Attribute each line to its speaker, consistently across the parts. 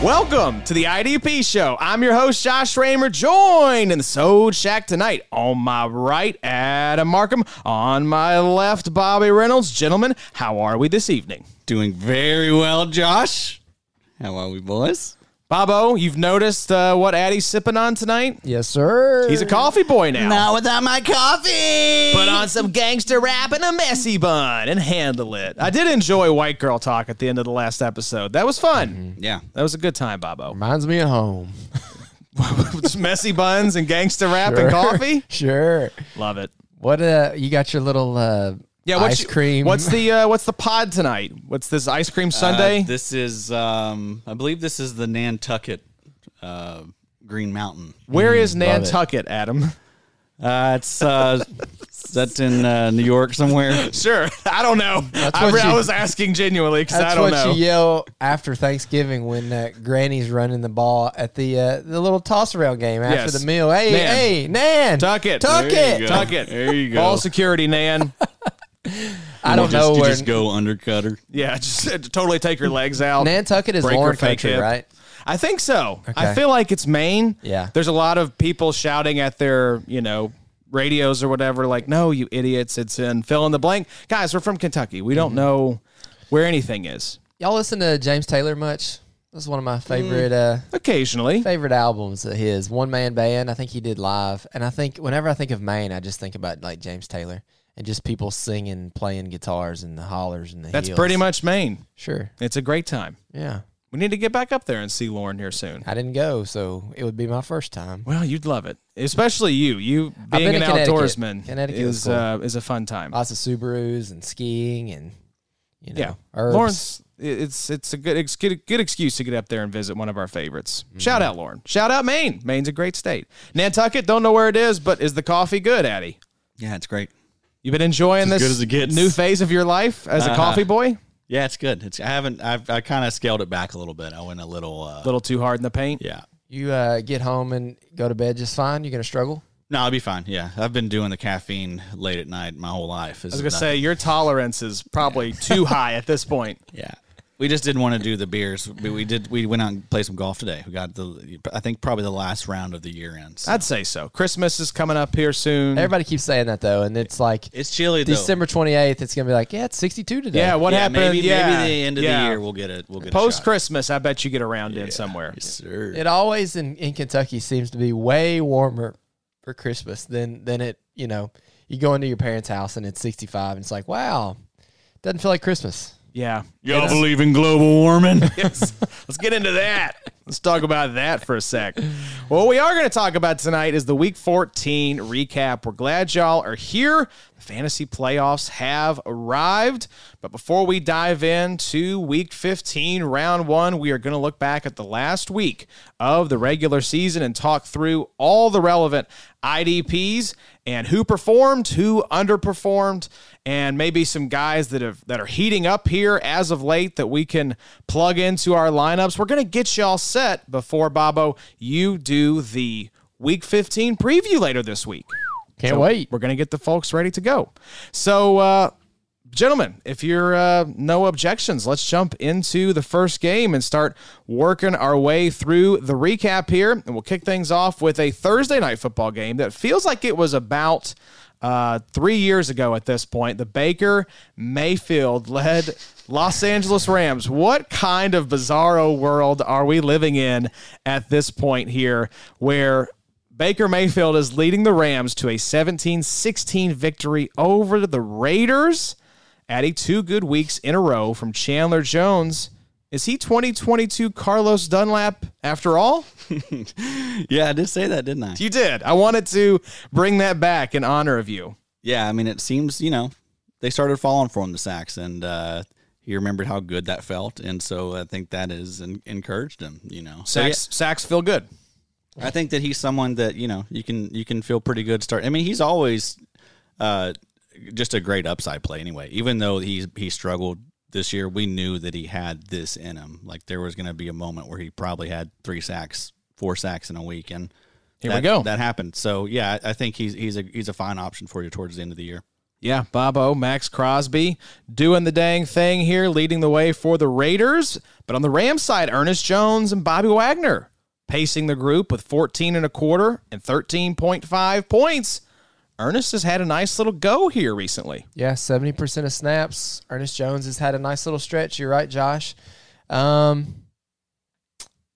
Speaker 1: Welcome to the IDP show. I'm your host, Josh Raymer, joined in the Sode Shack tonight. On my right, Adam Markham. On my left, Bobby Reynolds. Gentlemen, how are we this evening?
Speaker 2: Doing very well, Josh. How are we, boys?
Speaker 1: Bobo, you've noticed uh, what Addy's sipping on tonight?
Speaker 3: Yes, sir.
Speaker 1: He's a coffee boy now.
Speaker 2: Not without my coffee.
Speaker 1: Put on some gangster rap and a messy bun and handle it. I did enjoy White Girl Talk at the end of the last episode. That was fun.
Speaker 2: yeah,
Speaker 1: That was a good time, Bobo.
Speaker 3: Reminds me of home.
Speaker 1: Just messy buns and gangster rap
Speaker 3: Sure.
Speaker 1: and coffee.
Speaker 3: Sure.
Speaker 1: Love it.
Speaker 3: What uh you got your little uh
Speaker 1: Yeah, what's
Speaker 3: ice
Speaker 1: your-
Speaker 3: cream.
Speaker 1: What's the uh, what's the pod tonight? What's this ice cream Sunday?
Speaker 2: Uh, this is, um, I believe, this is the Nantucket uh, Green Mountain.
Speaker 1: Where is
Speaker 2: mm,
Speaker 1: Nantucket, Adam?
Speaker 2: Uh, it's uh, that's in uh, New York somewhere.
Speaker 1: Sure, I don't know. I,
Speaker 3: what
Speaker 1: re- I
Speaker 3: you-
Speaker 1: was asking genuinely because
Speaker 3: that's
Speaker 1: I don't
Speaker 3: what
Speaker 1: know.
Speaker 3: you yell after Thanksgiving when uh, Granny's running the ball at the uh, the little toss around game after
Speaker 1: Yes.
Speaker 3: the meal. Hey,
Speaker 1: Nan.
Speaker 3: hey, Nan,
Speaker 1: Tuck it.
Speaker 3: tuck
Speaker 2: There you
Speaker 3: it.
Speaker 2: go.
Speaker 1: Tuck it.
Speaker 2: There you go.
Speaker 1: Ball security, Nan.
Speaker 3: I don't
Speaker 2: just,
Speaker 3: know
Speaker 2: You
Speaker 3: where
Speaker 2: just go undercutter.
Speaker 1: yeah, just uh, totally take your legs out.
Speaker 3: Nantucket is
Speaker 1: break your
Speaker 3: Lauren
Speaker 1: fake
Speaker 3: country,
Speaker 1: hip.
Speaker 3: right?
Speaker 1: I think so. I
Speaker 3: Okay.
Speaker 1: feel like it's Maine.
Speaker 3: Yeah.
Speaker 1: There's a lot of people shouting at their, you know, radios or whatever, like, no, you idiots, it's in fill in the blank. Guys, we're from Kentucky. We
Speaker 3: Mm-hmm.
Speaker 1: don't know where anything is.
Speaker 3: Y'all listen to James Taylor much? That's one of
Speaker 1: Mm.
Speaker 3: my favorite uh
Speaker 1: Occasionally.
Speaker 3: favorite albums of his one man band i think he did live and i think whenever i think of maine i just think about like james taylor and just people singing playing guitars and the hollers and the
Speaker 1: That's
Speaker 3: heels.
Speaker 1: pretty much Maine.
Speaker 3: sure
Speaker 1: It's a great time.
Speaker 3: yeah
Speaker 1: We need to get back up there and see Lauren here soon.
Speaker 3: i didn't go so it would be my first time
Speaker 1: Well, you'd love it, especially you. You being
Speaker 3: been
Speaker 1: an
Speaker 3: to Connecticut.
Speaker 1: outdoorsman
Speaker 3: Connecticut was
Speaker 1: is
Speaker 3: cool.
Speaker 1: uh, is a fun time.
Speaker 3: lots of subarus and skiing and you know
Speaker 1: yeah,
Speaker 3: herbs.
Speaker 1: Lauren's. it- It's it's a good ex- good good excuse to get up there and visit one of our favorites.
Speaker 3: Mm-hmm.
Speaker 1: Shout out Lauren. Shout out Maine. Maine's a great state. Nantucket. Don't know where it is, but is the coffee good, Addy?
Speaker 2: Yeah, it's great.
Speaker 1: You've been enjoying
Speaker 2: as
Speaker 1: this
Speaker 2: good as it gets.
Speaker 1: new phase of your life as
Speaker 3: Uh-huh.
Speaker 1: a coffee boy.
Speaker 2: Yeah, it's good. It's I haven't. I've, I kind of scaled it back a little bit. I went a little.
Speaker 1: A
Speaker 2: Uh,
Speaker 1: little too hard in the paint.
Speaker 2: Yeah.
Speaker 3: you uh, get home and go to bed just fine you're gonna struggle
Speaker 2: No, I'll be fine. Yeah, I've been doing the caffeine late at night my whole life.
Speaker 1: I was gonna say your tolerance is probably too high at this point.
Speaker 2: Yeah. We just didn't want to do the beers. We, we did. We went out and played some golf today. We got the, I think probably the last round of the year end. so.
Speaker 1: I'd say so. Christmas is coming up here soon.
Speaker 3: everybody keeps saying that though and it's like
Speaker 2: It's chilly though.
Speaker 3: december 28th it's gonna be like yeah it's 62 today
Speaker 1: yeah, what
Speaker 2: yeah,
Speaker 1: happened?
Speaker 2: Maybe,
Speaker 1: yeah,
Speaker 2: maybe the end of
Speaker 1: yeah.
Speaker 2: the year we'll get it. We'll get
Speaker 1: Post
Speaker 2: a shot.
Speaker 1: Christmas, I bet you get around in somewhere.
Speaker 2: Yes, sir.
Speaker 3: It always in, in Kentucky seems to be way warmer for Christmas than than it. You know, you go into your parents' house and it's 65, and it's like, wow, doesn't feel like Christmas.
Speaker 1: Yeah.
Speaker 2: Y'all believe in global warming?
Speaker 1: Yes. Let's get into that. Let's talk about that for a sec. What we are going to talk about tonight is the Week 14 recap. We're glad y'all are here. The fantasy playoffs have arrived. But before we dive into Week 15, Round 1, we are going to look back at the last week of the regular season and talk through all the relevant IDPs and who performed, who underperformed, and maybe some guys that have that are heating up here as of late that we can plug into our lineups. We're gonna get y'all set before Bobo. You do the Week 15 preview later this week.
Speaker 3: Can't wait.
Speaker 1: We're gonna get the folks ready to go. So, uh, gentlemen, if you're uh, no objections, let's jump into the first game and start working our way through the recap here. And we'll kick things off with a Thursday night football game that feels like it was about uh, three years ago at this point. The Baker Mayfield led Los Angeles Rams. What kind of bizarro world are we living in at this point here where Baker Mayfield is leading the Rams to a 17 16 victory over the Raiders adding two good weeks in a row from Chandler Jones. Is he 2022 Carlos Dunlap after all?
Speaker 2: Yeah, I did say that, didn't I?
Speaker 1: You did. I wanted to bring that back in honor of you.
Speaker 2: Yeah, I mean, it seems you know they started falling for him the sacks, and uh, he remembered how good that felt, and so I think that has en- encouraged him. You know, So,
Speaker 1: Sacks, sacks feel good.
Speaker 2: yeah, I think that he's someone that you know you can you can feel pretty good. Start. I mean, he's always uh, just a great upside play. Anyway, even though he he struggled this year, we knew that he had this in him. Like there was going to be a moment where he probably had three sacks, four sacks in a week, and.
Speaker 1: Here
Speaker 2: that-
Speaker 1: we go.
Speaker 2: That happened. So yeah, I I think he's he's a he's a fine option for you towards the end of the year.
Speaker 1: Yeah, Bobo, Max Crosby doing the dang thing here, leading the way for the Raiders. But on the Rams side, Ernest Jones and Bobby Wagner pacing the group with 14 and a quarter and 13.5 points. Ernest has had a nice little go here recently.
Speaker 3: Yeah, seventy percent of snaps. Ernest Jones has had a nice little stretch. You're right, Josh. Um,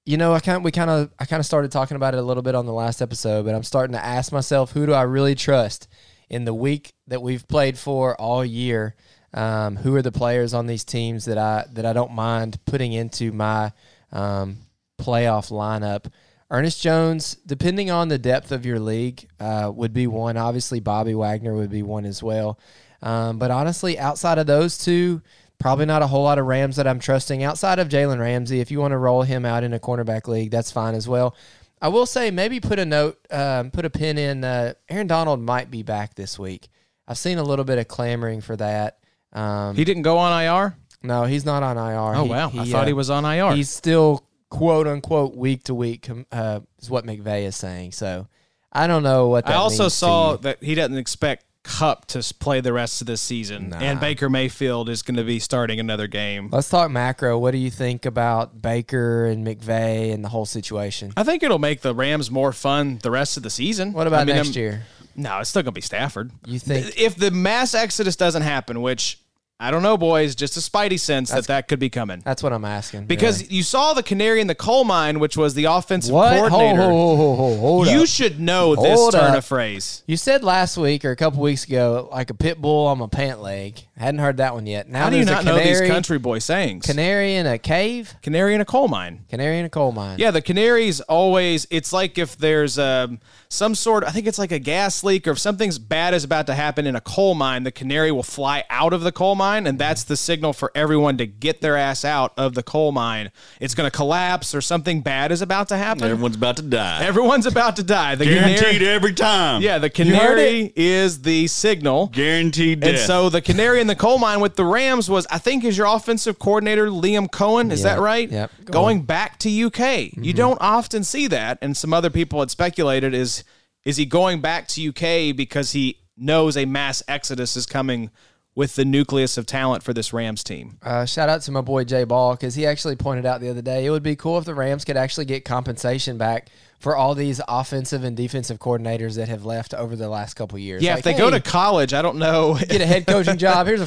Speaker 3: you know, I kind we kind of I kind of started talking about it a little bit on the last episode, but I'm starting to ask myself, who do I really trust in the week that we've played for all year? Um, who are the players on these teams that I that I don't mind putting into my um, playoff lineup? Ernest Jones, depending on the depth of your league, uh, would be one. Obviously, Bobby Wagner would be one as well. Um, but honestly, outside of those two, probably not a whole lot of Rams that I'm trusting. Outside of Jalen Ramsey, if you want to roll him out in a cornerback league, that's fine as well. I will say maybe put a note, um, put a pin in. Uh, Aaron Donald might be back this week. I've seen a little bit of clamoring for that. Um,
Speaker 1: He didn't go on IR?
Speaker 3: no, he's not on IR.
Speaker 1: Oh,
Speaker 3: He-
Speaker 1: wow. I thought
Speaker 3: uh,
Speaker 1: he was on IR.
Speaker 3: He's still quote unquote week to week com- uh, is what McVeigh is saying. So I don't know what that
Speaker 1: I also
Speaker 3: means to
Speaker 1: saw
Speaker 3: you.
Speaker 1: that he doesn't expect Cup to s- play the rest of the season, and Baker Mayfield is going to be starting another game.
Speaker 3: Let's talk macro. What do you think about Baker and McVeigh and the whole situation?
Speaker 1: I think it'll make the Rams more fun the rest of the season.
Speaker 3: What about
Speaker 1: I mean,
Speaker 3: next
Speaker 1: I'm-
Speaker 3: year?
Speaker 1: No, it's still going to be Stafford.
Speaker 3: You think
Speaker 1: if the mass exodus doesn't happen, which I don't know, boys, just a spidey sense that that could be coming.
Speaker 3: that's what I'm asking?
Speaker 1: Because
Speaker 3: really.
Speaker 1: you saw the canary in the coal mine, which was the offensive
Speaker 3: what? Hold,
Speaker 1: coordinator.
Speaker 3: hold, hold, hold, hold
Speaker 1: you
Speaker 3: up.
Speaker 1: should know this
Speaker 3: Hold
Speaker 1: turn
Speaker 3: up.
Speaker 1: of phrase.
Speaker 3: you said last week or a couple weeks ago, like a pit bull on my pant leg. I hadn't heard that one yet. Now
Speaker 1: How do you not
Speaker 3: there's a
Speaker 1: know these
Speaker 3: canary,
Speaker 1: country boy sayings?
Speaker 3: canary in a cave,
Speaker 1: canary in a coal mine.
Speaker 3: canary in a coal mine.
Speaker 1: Yeah, the canaries always. It's like if there's um, some sort. I think it's like a gas leak or if something's bad is about to happen in a coal mine, the canary will fly out of the coal mine, and that's the signal for everyone to get their ass out of the coal mine. It's going to collapse or something bad is about to happen.
Speaker 2: Everyone's about to die.
Speaker 1: Everyone's about to die. The canary.
Speaker 2: every time.
Speaker 1: Yeah, the
Speaker 3: heard
Speaker 1: canary is the signal.
Speaker 2: Guaranteed
Speaker 1: And so the canary in the coal mine with the Rams was, I think, is your offensive coordinator Liam Cohen. Is
Speaker 3: Yep,
Speaker 1: that right?
Speaker 3: yep. Go
Speaker 1: Going back to UK,
Speaker 2: Mm-hmm.
Speaker 1: you don't often see that. And some other people had speculated is is he going back to UK because he knows a mass exodus is coming with the nucleus of talent for this Rams team?
Speaker 3: Uh, shout out to my boy Jay Ball because he actually pointed out the other day it would be cool if the Rams could actually get compensation back for all these offensive and defensive coordinators that have left over the last couple years.
Speaker 1: Yeah,
Speaker 3: Like,
Speaker 1: if they go
Speaker 3: hey,
Speaker 1: to college, I don't know.
Speaker 3: get a head coaching job, here's a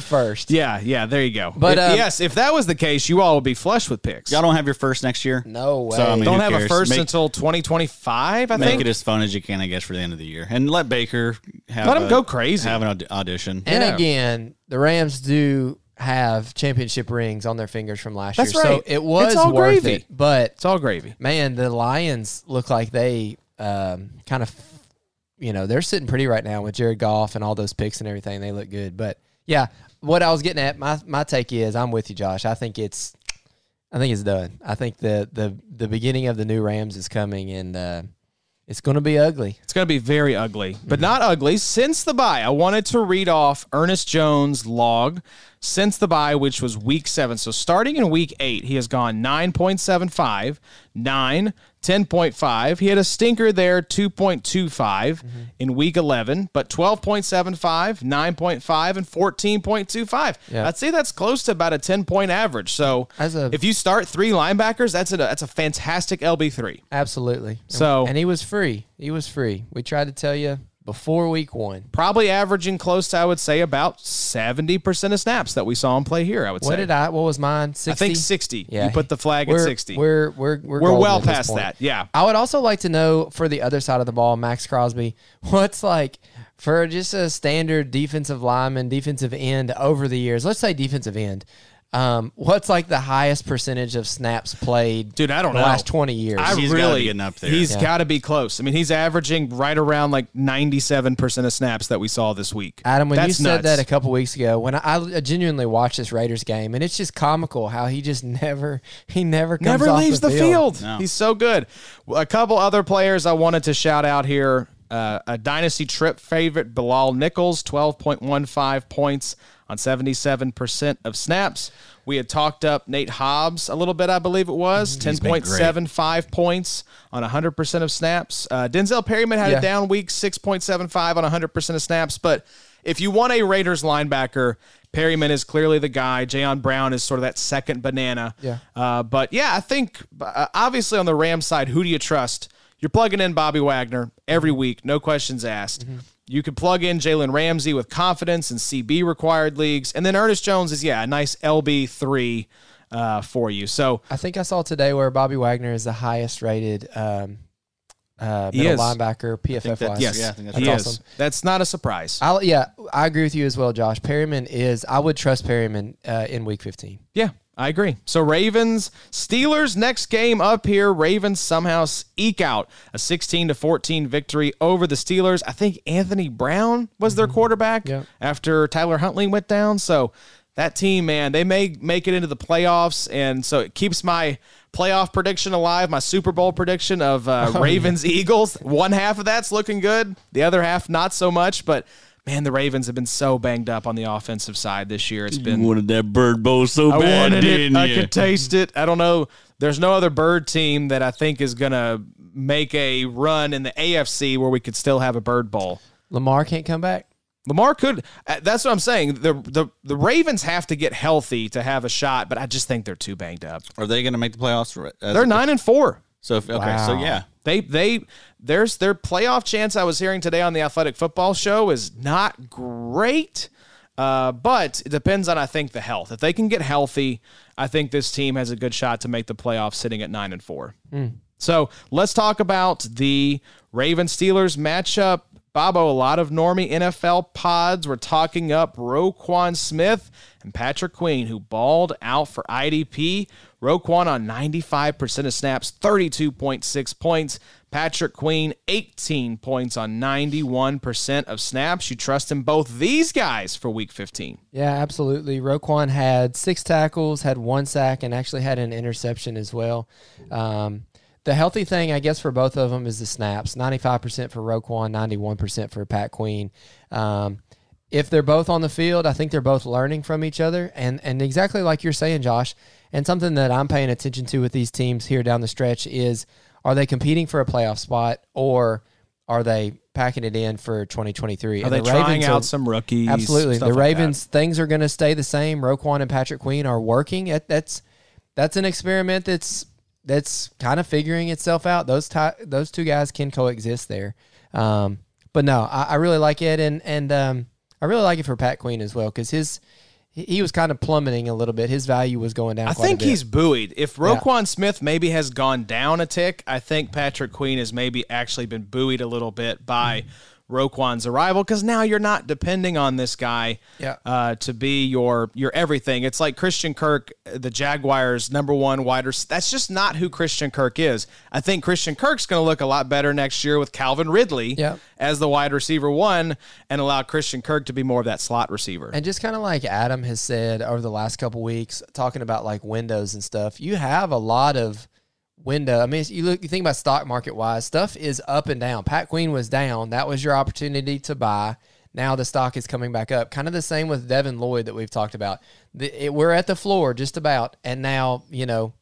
Speaker 3: first.
Speaker 1: yeah, yeah, there you go.
Speaker 3: But,
Speaker 1: If-
Speaker 3: um,
Speaker 1: yes, if that was the case, you all would be flush with picks.
Speaker 2: Y'all don't have your first next year.
Speaker 3: No way.
Speaker 2: So, I mean,
Speaker 1: don't
Speaker 2: who
Speaker 1: have a
Speaker 2: cares?
Speaker 1: first
Speaker 2: Make-
Speaker 1: until 2025, I
Speaker 2: Make
Speaker 1: think.
Speaker 2: it as fun as you can, I guess, for the end of the year, and let Baker have
Speaker 1: Let him
Speaker 2: a-
Speaker 1: go crazy.
Speaker 2: Have an aud- audition.
Speaker 3: And
Speaker 1: Yeah.
Speaker 3: again, the Rams do have championship rings on their fingers from last
Speaker 1: That's
Speaker 3: year,
Speaker 1: right.
Speaker 3: so it was
Speaker 1: It's all
Speaker 3: worth
Speaker 1: gravy.
Speaker 3: it. But
Speaker 1: it's all gravy.
Speaker 3: man, the Lions look like they um, kind of, you know, they're sitting pretty right now with Jared Goff and all those picks and everything. They look good, but yeah, what I was getting at, my my take is, I'm with you, Josh. I think it's, I think it's done. I think the the the beginning of the new Rams is coming, and uh, it's going to be ugly.
Speaker 1: It's going to be very ugly, but not ugly. Since the bye, I wanted to read off Ernest Jones' log since the bye, which was week seven. So starting in week eight, he has gone 9.75, 9, 10.5. He had a stinker there, 2.25
Speaker 3: Mm-hmm.
Speaker 1: in week 11, but 12.75, 9.5, and 14.25.
Speaker 3: Yeah.
Speaker 1: I'd say that's close to about a 10 point average. So
Speaker 3: As a-
Speaker 1: if you start three linebackers, that's a, that's a fantastic LB3.
Speaker 3: Absolutely.
Speaker 1: So-
Speaker 3: and, he was free. He was free. We tried to tell you before week one.
Speaker 1: probably averaging close to I would say about seventy percent of snaps that we saw him play here. I would
Speaker 3: What
Speaker 1: say.
Speaker 3: did I? What was mine? Sixty.
Speaker 1: I think sixty.
Speaker 3: Yeah,
Speaker 1: you put the flag at
Speaker 3: we're-
Speaker 1: sixty.
Speaker 3: We're we're we're,
Speaker 1: We're
Speaker 3: golden
Speaker 1: well
Speaker 3: at this
Speaker 1: past
Speaker 3: point.
Speaker 1: that, yeah.
Speaker 3: I would also like to know for the other side of the ball, Max Crosby, what's like for just a standard defensive lineman, defensive end over the years, let's say defensive end, um, what's like the highest percentage of snaps played
Speaker 1: Dude, I don't
Speaker 3: the
Speaker 1: know.
Speaker 3: last 20 years?
Speaker 1: I
Speaker 2: He's gotta
Speaker 1: really
Speaker 2: be getting up there.
Speaker 1: He's
Speaker 3: Yeah.
Speaker 1: got to be close. I mean, he's averaging right around like ninety-seven percent of snaps that we saw this week.
Speaker 3: Adam, when
Speaker 1: That's
Speaker 3: you said
Speaker 1: nuts.
Speaker 3: that a couple weeks ago, when I, I genuinely watched this Raiders game, and it's just comical how he just never, he never comes
Speaker 1: never
Speaker 3: off
Speaker 1: leaves
Speaker 3: the,
Speaker 1: the field.
Speaker 2: No.
Speaker 1: He's so good. Well, A couple other players I wanted to shout out here. Uh, a dynasty trip favorite, Bilal Nichols, 12.15 points on 77% of snaps. We had talked up Nate Hobbs a little bit, I believe it was, 10.75 points on 100% of snaps. Uh, Denzel Perryman had
Speaker 3: Yeah.
Speaker 1: a down week, 6.75 on 100% of snaps. But if you want a Raiders linebacker, Perryman is clearly the guy. Jayon Brown is sort of that second banana.
Speaker 3: Yeah.
Speaker 1: Uh, but yeah, I think uh, obviously on the Ram side, who do you trust? You're plugging in Bobby Wagner every week, no questions asked.
Speaker 2: Mm-hmm.
Speaker 1: You could plug in Jalen Ramsey with confidence in CB required leagues, and then Ernest Jones is yeah a nice LB three uh, for you. So
Speaker 3: I think I saw today where Bobby Wagner is the highest rated um, uh,
Speaker 1: He
Speaker 3: middle
Speaker 1: is.
Speaker 3: linebacker PFF
Speaker 2: that-
Speaker 3: wise.
Speaker 1: yes,
Speaker 2: Yeah, I think that's
Speaker 1: he
Speaker 3: right.
Speaker 1: is.
Speaker 3: awesome.
Speaker 1: That's not a surprise.
Speaker 3: I'll, yeah, I agree with you as well, Josh. Perryman is. I would trust Perryman uh, in Week 15.
Speaker 1: Yeah, I agree. So Ravens, Steelers next game up here. Ravens somehow eke out a 16 to 14 victory over the Steelers. I think Anthony Brown was their quarterback
Speaker 3: Yeah.
Speaker 1: after Tyler Huntley went down. So that team, man, they may make it into the playoffs, and so it keeps my playoff prediction alive. My Super Bowl prediction of uh, Ravens Eagles. One half of that's looking good, the other half not so much, but. Man, the Ravens have been so banged up on the offensive side this year. It's been
Speaker 2: wanted that bird bowl so
Speaker 1: I wanted it. I could taste it. I don't know. There's no other bird team that I think is gonna make a run in the AFC where we could still have a bird bowl.
Speaker 3: Lamar can't come back.
Speaker 1: Lamar could. uh, That's what I'm saying. The the the Ravens have to get healthy to have a shot, but I just think they're too banged up.
Speaker 2: Are they going to make the playoffs? for- as-
Speaker 1: They're nine and four.
Speaker 2: So if, okay, so
Speaker 3: Wow.
Speaker 2: yeah,
Speaker 1: They they there's their playoff chance. I was hearing today on the Athletic Football Show is not great, uh, but it depends on I think the health. If they can get healthy, I think this team has a good shot to make the playoffs, sitting at nine and four. So let's talk about the Ravens Steelers matchup. Bobo, a lot of normie NFL pods were talking up Roquan Smith and Patrick Queen, who balled out for IDP. Roquan on 95% of snaps, 32.6 points. Patrick Queen, 18 points on 91% of snaps. You trust in both these guys for week 15.
Speaker 3: Yeah, absolutely. Roquan had six tackles, had one sack, and actually had an interception as well. Um, the healthy thing, I guess, for both of them is the snaps 95% for Roquan, 91% for Pat Queen. Um, if they're both on the field, I think they're both learning from each other. And, and exactly like you're saying, Josh, and something that I'm paying attention to with these teams here down the stretch is are they competing for a playoff spot or are they packing it in for 2023?
Speaker 1: Are they trying out some rookies?
Speaker 3: Absolutely.
Speaker 1: stuff like
Speaker 3: The
Speaker 1: that?
Speaker 3: Ravens things are going to stay the same. Roquan and Patrick Queen are working. That- That's that's an experiment that's that's kind of figuring itself out. Those ty- those two guys can coexist there. Um, but no, I, I really like it, and and um, I really like it for Pat Queen as well because his he- he was kind of plummeting a little bit. His value was going down.
Speaker 1: I
Speaker 3: quite a
Speaker 1: think
Speaker 3: bit.
Speaker 1: he's buoyed. If Roquan Smith maybe has gone down a tick, I think Patrick Queen has maybe actually been buoyed a little bit by Roquan's arrival because now you're not depending on this guy
Speaker 3: Yeah.
Speaker 1: uh, to be your your everything. It's like Christian Kirk, uh, the Jaguars' number one wide receiver. That's just not who Christian Kirk is. I think Christian Kirk's going to look a lot better next year with Calvin Ridley
Speaker 3: Yeah.
Speaker 1: as the wide receiver one and allow Christian Kirk to be more of that slot receiver.
Speaker 3: And just kind of like Adam has said over the last couple weeks, talking about like windows and stuff, you have a lot of window. I mean, you look, you think about stock market wise, stuff is up and down. Pat Queen was down. That was your opportunity to buy. Now the stock is coming back up. Kind of the same with Devin Lloyd that we've talked about. The, it, we're at the floor just about, and now you know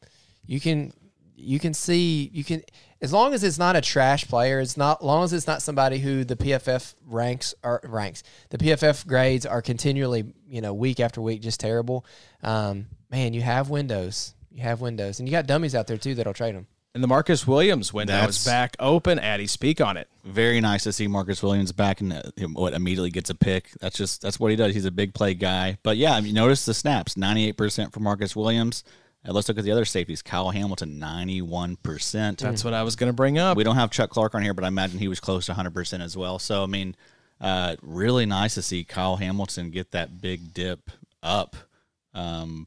Speaker 3: you can you can see you can as long as it's not a trash player it's not long as it's not somebody who the pff ranks are ranks the pff grades are continually you know week after week just terrible um, man you have windows you have windows and you got dummies out there too that'll trade them
Speaker 1: And the Marcus Williams window is
Speaker 2: That's-
Speaker 1: back open. Addy, speak on it.
Speaker 2: very nice to see Marcus Williams back and uh, him- what immediately gets a pick. That's just that's what he does. He's a big play guy. But yeah, I mean, notice the snaps: ninety eight percent for Marcus Williams. And let's look at the other safeties: Kyle Hamilton, ninety one percent.
Speaker 1: That's what I was going to bring up.
Speaker 2: We don't have Chuck Clark on here, but I imagine he was close to 100% as well. So, I mean, Uh, really nice to see Kyle Hamilton get that big dip up um,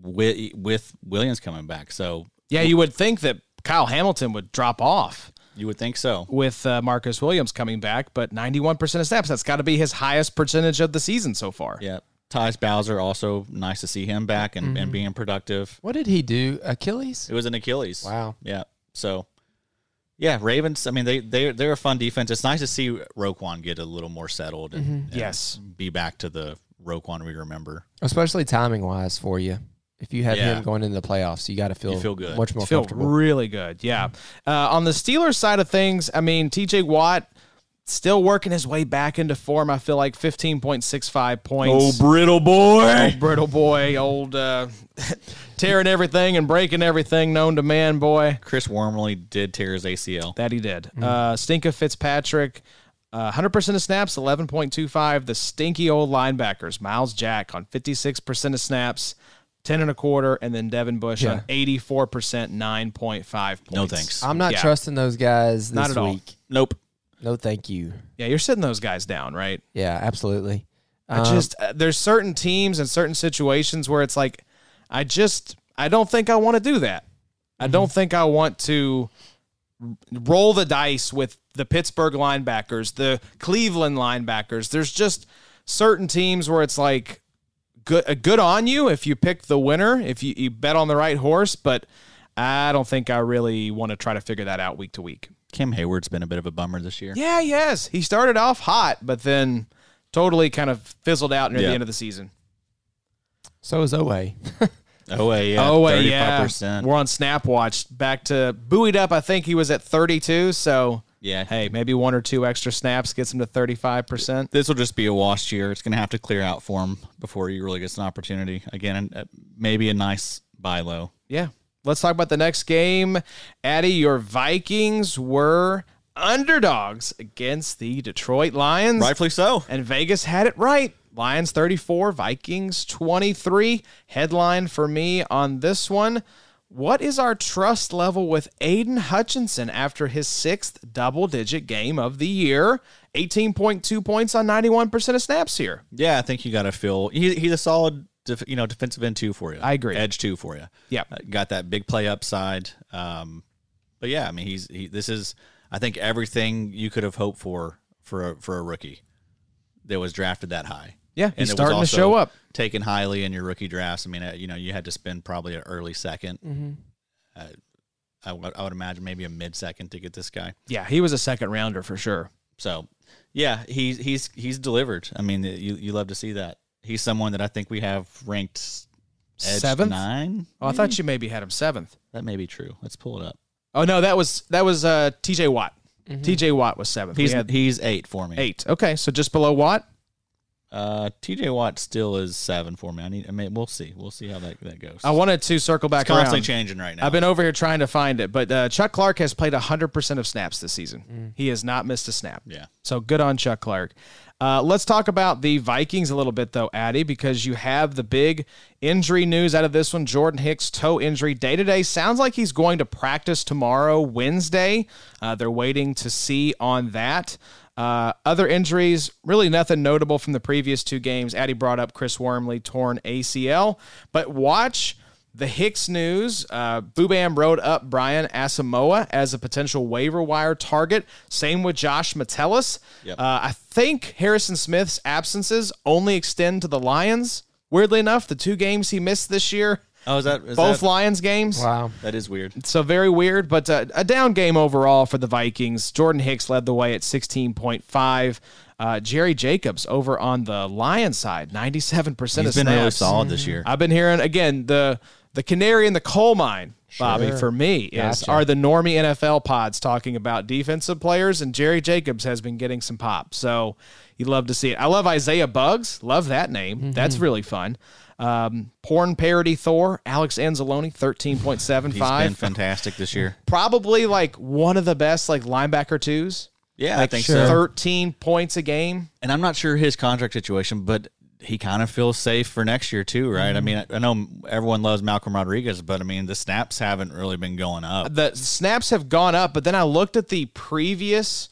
Speaker 2: with, with Williams coming back. So
Speaker 1: Yeah, you would think that Kyle Hamilton would drop off
Speaker 2: you would think so.
Speaker 1: with uh, Marcus Williams coming back, but 91% of snaps, that's got to be his highest percentage of the season so far.
Speaker 2: Yeah. Tyus Bowser also nice to see him back and, and being productive.
Speaker 3: What did he do? Achilles?
Speaker 2: It was an Achilles.
Speaker 3: Wow.
Speaker 2: Yeah. So, yeah, Ravens. I mean, they they they're a fun defense. It's nice to see Roquan get a little more settled and, and
Speaker 1: Yes.
Speaker 2: be back to the Roquan we remember.
Speaker 3: Especially timing wise for you. If you have
Speaker 2: Yeah.
Speaker 3: him going into the playoffs, you got to feel,
Speaker 2: feel good.
Speaker 3: much more
Speaker 1: feel
Speaker 3: comfortable.
Speaker 1: really good. Yeah. Uh, on the Steelers side of things, I mean, TJ Watt still working his way back into form. I feel like 15.65 points.
Speaker 2: Oh, brittle boy!
Speaker 1: Old brittle boy, old uh, tearing everything and breaking everything known to man, boy.
Speaker 2: Chris Wormley did tear his ACL.
Speaker 1: That he did.
Speaker 3: Mm-hmm.
Speaker 1: Uh, Stinka Fitzpatrick, uh, 100% of snaps, 11.25. The stinky old linebackers, Miles Jack on 56% of snaps, 10 and a quarter, and then Devin Bush on 84%, 9.5 points.
Speaker 2: No thanks.
Speaker 3: I'm not
Speaker 1: Yeah.
Speaker 3: trusting those guys this
Speaker 1: Not at all.
Speaker 3: week.
Speaker 2: nope.
Speaker 3: No, thank you.
Speaker 1: Yeah, you're sitting those guys down, right?
Speaker 3: Yeah, absolutely. Um,
Speaker 1: I just uh, there's certain teams and certain situations where it's like I just I don't think I want to do that. I don't think I want to r- roll the dice with the Pittsburgh linebackers, the Cleveland linebackers. There's just certain teams where it's like good uh, good on you if you pick the winner, if you, you bet on the right horse, but I don't think I really want to try to figure that out week to week.
Speaker 2: Cam Hayward's been a bit of a bummer this year.
Speaker 1: Yeah, yes. He started off hot, but then totally kind of fizzled out near
Speaker 2: Yeah.
Speaker 1: the end of the season.
Speaker 3: So is Owe.
Speaker 2: Oh, wait, yeah.
Speaker 1: oh, wait, yeah.
Speaker 2: 35%.
Speaker 1: We're on Snap Watch. Back to buoyed up. I think he was at 32. So,
Speaker 2: Yeah.
Speaker 1: hey, maybe one or two extra snaps gets him to 35%.
Speaker 2: This will just be a wash year. It's going to have to clear out for him before he really gets an opportunity. Again, and, uh, maybe a nice buy low.
Speaker 1: Yeah. Let's talk about the next game. Addy, your Vikings were underdogs against the Detroit Lions.
Speaker 2: Rightfully so.
Speaker 1: And Vegas had it right. Lions 34, Vikings 23. Headline for me on this one. What is our trust level with Aiden Hutchinson after his sixth double digit game of the year? 18.2 points on 91% of snaps here.
Speaker 2: Yeah, I think you got to feel he, he's a solid, def, you know, defensive end two for you.
Speaker 1: I agree.
Speaker 2: edge two for you.
Speaker 1: Yep.
Speaker 2: Uh, got that big play upside. Um, but yeah, I mean, he's he, this is I think everything you could have hoped for for a, for a rookie that was drafted that high.
Speaker 1: Yeah,
Speaker 2: it was
Speaker 1: he's starting to
Speaker 2: also
Speaker 1: show up.
Speaker 2: taken highly in your rookie drafts. I mean, uh, you know, you had to spend probably an early 2nd
Speaker 1: Mm-hmm.
Speaker 2: Uh, I would- I would imagine maybe a mid second to get this guy.
Speaker 1: Yeah, he was a second rounder for sure.
Speaker 2: So, yeah, he's he's he's delivered. I mean, you you love to see that. He's someone that I think we have ranked edge
Speaker 1: Seventh?
Speaker 2: nine.
Speaker 1: Oh, I thought you maybe had him seventh.
Speaker 2: That may be true. Let's pull it up.
Speaker 1: Oh no, that was that was uh, TJ Watt. TJ Watt was seventh.
Speaker 2: He's
Speaker 1: we had
Speaker 2: he's eight for me.
Speaker 1: eight. Okay, so just below Watt.
Speaker 2: Uh, T.J. Watt still is seven for me. I need. I mean, we'll see. We'll see how that that goes.
Speaker 1: I wanted to circle back
Speaker 2: it's constantly
Speaker 1: around.
Speaker 2: changing right now.
Speaker 1: I've been over here trying to find it, but uh, Chuck Clark has played 100% of snaps this season. He has not missed a snap.
Speaker 2: Mm. Yeah.
Speaker 1: So good on Chuck Clark. Uh, let's talk about the Vikings a little bit, though, Addy, because you have the big injury news out of this one. Jordan Hicks, toe injury, day to day. Sounds like he's going to practice tomorrow, Wednesday. Uh, they're waiting to see on that. Uh, other injuries, really nothing notable from the previous two games. Addy brought up Chris Wormley, torn ACL. But watch the Hicks news, uh, Boobam wrote up Brian Asamoah as a potential waiver wire target. Same with Josh Metellus.
Speaker 2: Yep.
Speaker 1: Uh, I think Harrison Smith's absences only extend to the Lions. Weirdly enough, the two games he missed this year,
Speaker 2: oh, is that is
Speaker 1: both
Speaker 2: that,
Speaker 1: Lions games.
Speaker 3: Wow.
Speaker 2: that is weird.
Speaker 1: So very weird, but uh, a down game overall for the Vikings. Jordan Hicks led the way at 16.5. Uh, Jerry Jacobs over on the Lions side, 97% of
Speaker 2: He's been
Speaker 1: snaps.
Speaker 2: really solid this year.
Speaker 1: I've been hearing again the the canary in the coal mine, Bobby. For me, is
Speaker 3: Gotcha.
Speaker 1: are the normie NFL pods talking about defensive players, and Jerry Jacobs has been getting some pop. So you love to see it. I love Isaiah Bugs. Love that name.
Speaker 3: Mm-hmm.
Speaker 1: That's really fun. Um, porn parody Thor, Alex Anzalone, thirteen point seven
Speaker 2: He's been
Speaker 1: five.
Speaker 2: fantastic this year.
Speaker 1: Probably like one of the best like linebacker twos.
Speaker 2: Yeah, I think
Speaker 3: sure.
Speaker 2: so.
Speaker 1: Thirteen points a game.
Speaker 2: and I'm not sure his contract situation, but he kind of feels safe for next year too, right? I
Speaker 1: Mm-hmm.
Speaker 2: mean, I- I know everyone loves Malcolm Rodriguez, but I mean, the snaps haven't really been going up.
Speaker 1: the snaps have gone up, but then I looked at the previous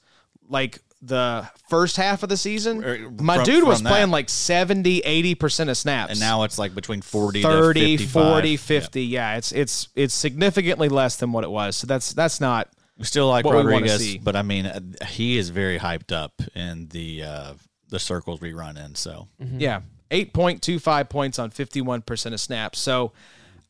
Speaker 1: like the first half of the season,
Speaker 2: Or
Speaker 1: my
Speaker 2: Er, from-
Speaker 1: dude was
Speaker 2: from that.
Speaker 1: playing like 70, 80% of snaps.
Speaker 2: and now it's like between 40
Speaker 1: 30,
Speaker 2: to
Speaker 1: 40,
Speaker 2: 50.
Speaker 1: 50. Yeah, it's it's it's significantly less than what it was. So that's that's not
Speaker 2: We still like
Speaker 1: what we wanna see.
Speaker 2: Rodriguez, but I mean, uh, he is very hyped up in the uh, the circles we run in. So
Speaker 1: Yeah. 8.25 points on 51% of snaps. So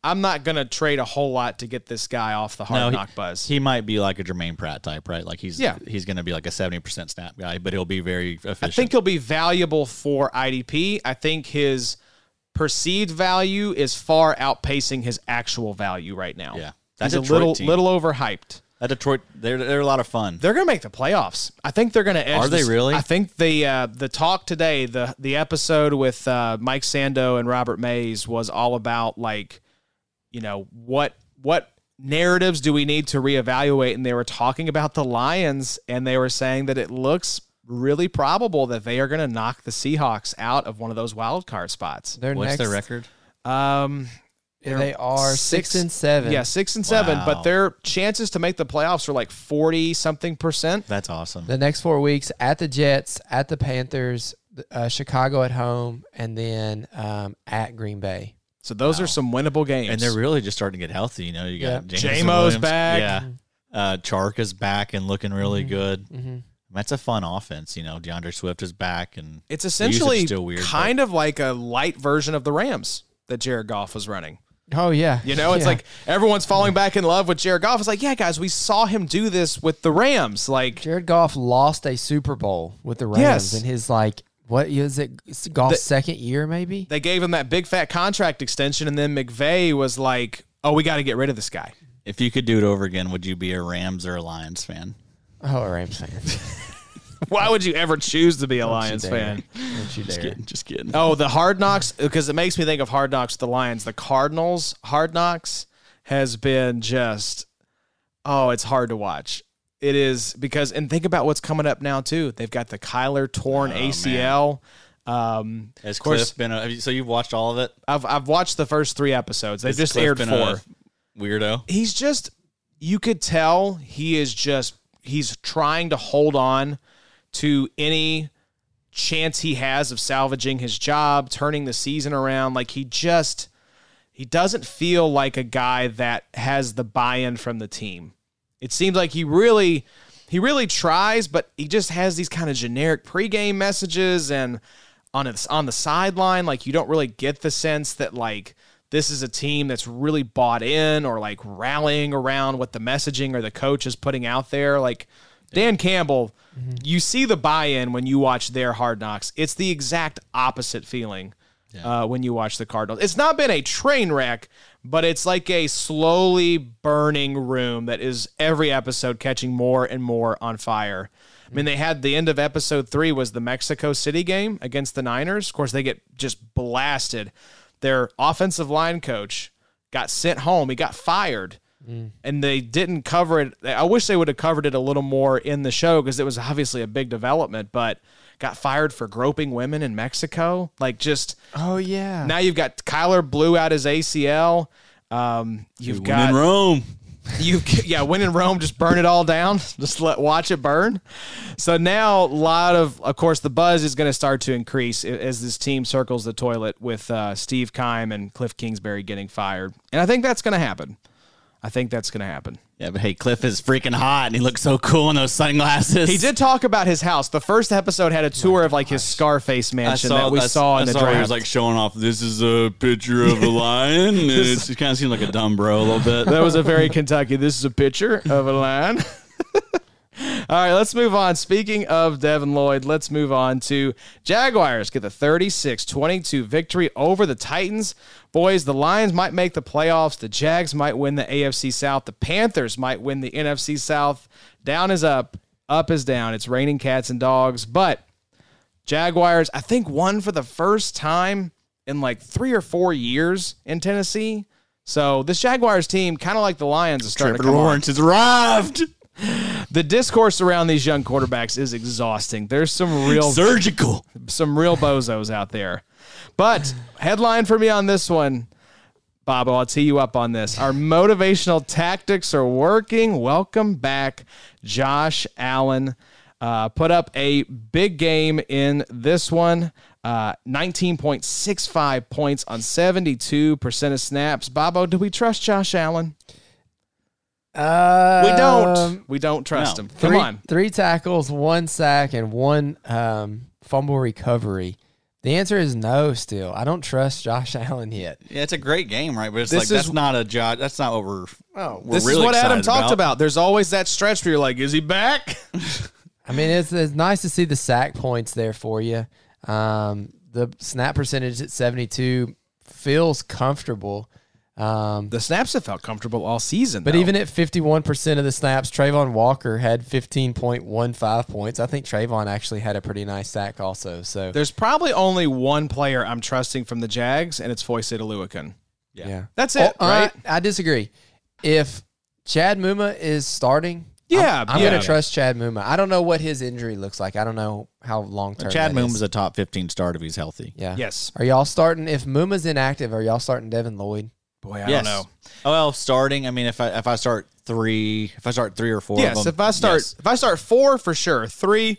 Speaker 1: I'm not going to trade a whole lot to get this guy off the hard
Speaker 2: No, he-
Speaker 1: knock buzz.
Speaker 2: he might be like a Jermaine Pratt type, right? Like he's
Speaker 1: Yeah.
Speaker 2: he's going to be like a seventy percent snap guy, but he'll be very efficient.
Speaker 1: I think he'll be valuable for IDP. I think his perceived value is far outpacing his actual value right now.
Speaker 2: Yeah.
Speaker 1: That's
Speaker 2: That
Speaker 1: a
Speaker 2: Detroit
Speaker 1: little
Speaker 2: team.
Speaker 1: little overhyped.
Speaker 2: that Detroit, they're they're a lot of fun.
Speaker 1: They're going to make the playoffs. I think they're going to edge.
Speaker 2: Are they
Speaker 1: this-
Speaker 2: really?
Speaker 1: I think the uh, the talk today, the the episode with uh, Mike Sando and Robert Mays was all about like, you know what what narratives do we need to reevaluate? And they were talking about the Lions, and they were saying that it looks really probable that they are going to knock the Seahawks out of one of those wild card spots.
Speaker 3: Their
Speaker 2: What's
Speaker 3: next,
Speaker 2: their record?
Speaker 1: Um,
Speaker 3: They are six, and seven.
Speaker 1: Yeah, six and seven, but
Speaker 2: Wow.
Speaker 1: their chances to make the playoffs are like forty something percent.
Speaker 2: That's awesome.
Speaker 3: The next four weeks at the Jets, at the Panthers, th- uh, Chicago at home, and then um, at Green Bay.
Speaker 1: So those are some winnable games.
Speaker 2: and they're really just starting to get healthy. You know, you got
Speaker 1: Yeah.
Speaker 2: Jameson
Speaker 1: J-Mo's
Speaker 2: Williams.
Speaker 1: back.
Speaker 2: Yeah, uh, Chark is back and looking really good. That's a fun offense. You know, DeAndre Swift is back, and
Speaker 1: It's
Speaker 2: the usage is
Speaker 1: essentially
Speaker 2: still weird,
Speaker 1: kind of like a light version of the Rams that Jared Goff was running.
Speaker 3: Oh yeah,
Speaker 1: You know, it's
Speaker 3: Yeah.
Speaker 1: like everyone's falling back in love with Jared Goff. It's like, yeah, guys, we saw him do this with the Rams. Like
Speaker 3: Jared Goff lost a Super Bowl with the Rams
Speaker 1: Yes.
Speaker 3: in his like what is it? It's Goff's
Speaker 1: The-
Speaker 3: second year, maybe.
Speaker 1: they gave him that big fat contract extension, and then McVay was like, "Oh, we got to get rid of this guy."
Speaker 2: But if you could do it over again, would you be a Rams or a Lions fan?
Speaker 3: oh, a Rams fan.
Speaker 1: Why would you ever choose to be a Lions fan?
Speaker 3: Don't you dare.
Speaker 2: Just kidding.
Speaker 1: Oh, the Hard Knocks, because it makes me think of Hard Knocks, with the Lions. The Cardinals, Hard Knocks has been just, oh, it's hard to watch. It is because, and think about what's coming up now, too. They've got the Kyler torn ACL. Um,
Speaker 2: Has
Speaker 1: course-
Speaker 2: Cliff been? A, have you, so you've watched all of it?
Speaker 1: I've, I've watched the first three episodes, they've
Speaker 2: Has
Speaker 1: just
Speaker 2: Cliff
Speaker 1: aired
Speaker 2: been
Speaker 1: four.
Speaker 2: a Weirdo.
Speaker 1: he's just you could tell he is just he's trying to hold on to any chance he has of salvaging his job, turning the season around. Like he just he doesn't feel like a guy that has the buy-in from the team. It seems like he really he really tries, but he just has these kind of generic pregame messages and on its on the sideline, like you don't really get the sense that like this is a team that's really bought in or like rallying around what the messaging or the coach is putting out there. Like Dan Campbell, you see the buy-in when you watch their hard knocks. It's the exact opposite feeling uh, when you watch the Cardinals. It's not been a train wreck, but it's like a slowly burning room that is every episode catching more and more on fire. I mean, they had the end of episode three was the Mexico City game against the Niners. Of course, they get just blasted. Their offensive line coach got sent home. He got fired. And they didn't cover it. I wish they would have covered it a little more in the show because it was obviously a big development, but got fired for groping women in Mexico. Like, just
Speaker 3: Oh yeah.
Speaker 1: now you've got Kyler blew out his ACL. Um, you've
Speaker 2: When in
Speaker 1: got
Speaker 2: Rome.
Speaker 1: you've yeah, when in Rome, just burn it all down. Just let watch it burn. So now a lot of of course the buzz is going to start to increase a- as this team circles the toilet with uh, Steve Kime and Cliff Kingsbury getting fired, and I think that's going to happen. I think that's going to happen.
Speaker 2: Yeah, but hey, Cliff is freaking hot, and he looks so cool in those sunglasses.
Speaker 1: He did talk about his house. The first episode had a tour of like his Scarface mansion that we
Speaker 2: I-
Speaker 1: saw in
Speaker 2: I
Speaker 1: the
Speaker 2: saw
Speaker 1: draft.
Speaker 2: He was like showing off. This is a picture of a lion. and it's, it kind of seemed like a dumb bro a little bit.
Speaker 1: That was a very Kentucky. This is a picture of a line. All right, let's move on. Speaking of Devin Lloyd, let's move on to Jaguars. Get the 36 22 victory over the Titans. Boys, the Lions might make the playoffs. The Jags might win the AFC South. The Panthers might win the NFC South. Down is up, up is down. It's raining cats and dogs. But Jaguars, I think, won for the first time in like three or four years in Tennessee. So this Jaguars team, kind of like the Lions, is starting
Speaker 2: Trevor
Speaker 1: to come on.
Speaker 2: Lawrence has arrived.
Speaker 1: The discourse around these young quarterbacks is exhausting. There's some real
Speaker 2: Surgical.
Speaker 1: some real bozos out there. But headline for me on this one, Bob, I'll tee you up on this. Our motivational tactics are working. Welcome back, Josh Allen. Uh, put up a big game in this one. Uh, 19.65 points on 72% of snaps. Bobo, do we trust Josh Allen?
Speaker 3: Uh,
Speaker 1: We don't. we don't trust
Speaker 2: no.
Speaker 1: him. Come
Speaker 3: Three,
Speaker 1: on.
Speaker 3: Three tackles, one sack, and one um, fumble recovery. The answer is no. Still, I don't trust Josh Allen yet.
Speaker 2: Yeah, it's a great game, right? But it's
Speaker 1: This
Speaker 2: like that's
Speaker 1: is-
Speaker 2: not a job. That's not what we're. Oh, we're
Speaker 1: This
Speaker 2: really
Speaker 1: is what Adam
Speaker 2: excited
Speaker 1: talked about. There's always that stretch where you're like, is he back?
Speaker 3: I mean, it's, it's nice to see the sack points there for you. Um, the snap percentage at seventy two feels comfortable. Um,
Speaker 1: the snaps have felt comfortable all season.
Speaker 3: But
Speaker 1: though.
Speaker 3: even at 51% of the snaps, Trayvon Walker had 15.15 points. I think Trayvon actually had a pretty nice sack also. So,
Speaker 1: there's probably only one player I'm trusting from the Jags, and it's Foyce Aluakin.
Speaker 3: yeah.
Speaker 1: That's it,
Speaker 2: uh,
Speaker 3: Oh,
Speaker 1: right?
Speaker 3: I, I disagree. If Chad Muma is starting,
Speaker 1: Yeah,
Speaker 3: I'm, I'm
Speaker 1: yeah.
Speaker 3: going to trust Chad Muma. I don't know what his injury looks like. I don't know how long term.
Speaker 2: Chad
Speaker 3: that
Speaker 2: Moon
Speaker 3: is.
Speaker 2: was a top fifteen starter if he's healthy.
Speaker 3: Yeah.
Speaker 1: Yes.
Speaker 3: Are y'all starting? If Muma's inactive, are y'all starting Devin Lloyd?
Speaker 1: Boy, I don't
Speaker 2: Yes.
Speaker 1: know.
Speaker 2: Oh, well, starting. I mean, if I if I start three, if I start three or four. of
Speaker 1: Yes,
Speaker 2: them,
Speaker 1: if I start,
Speaker 2: yes.
Speaker 1: if I start four for sure, three,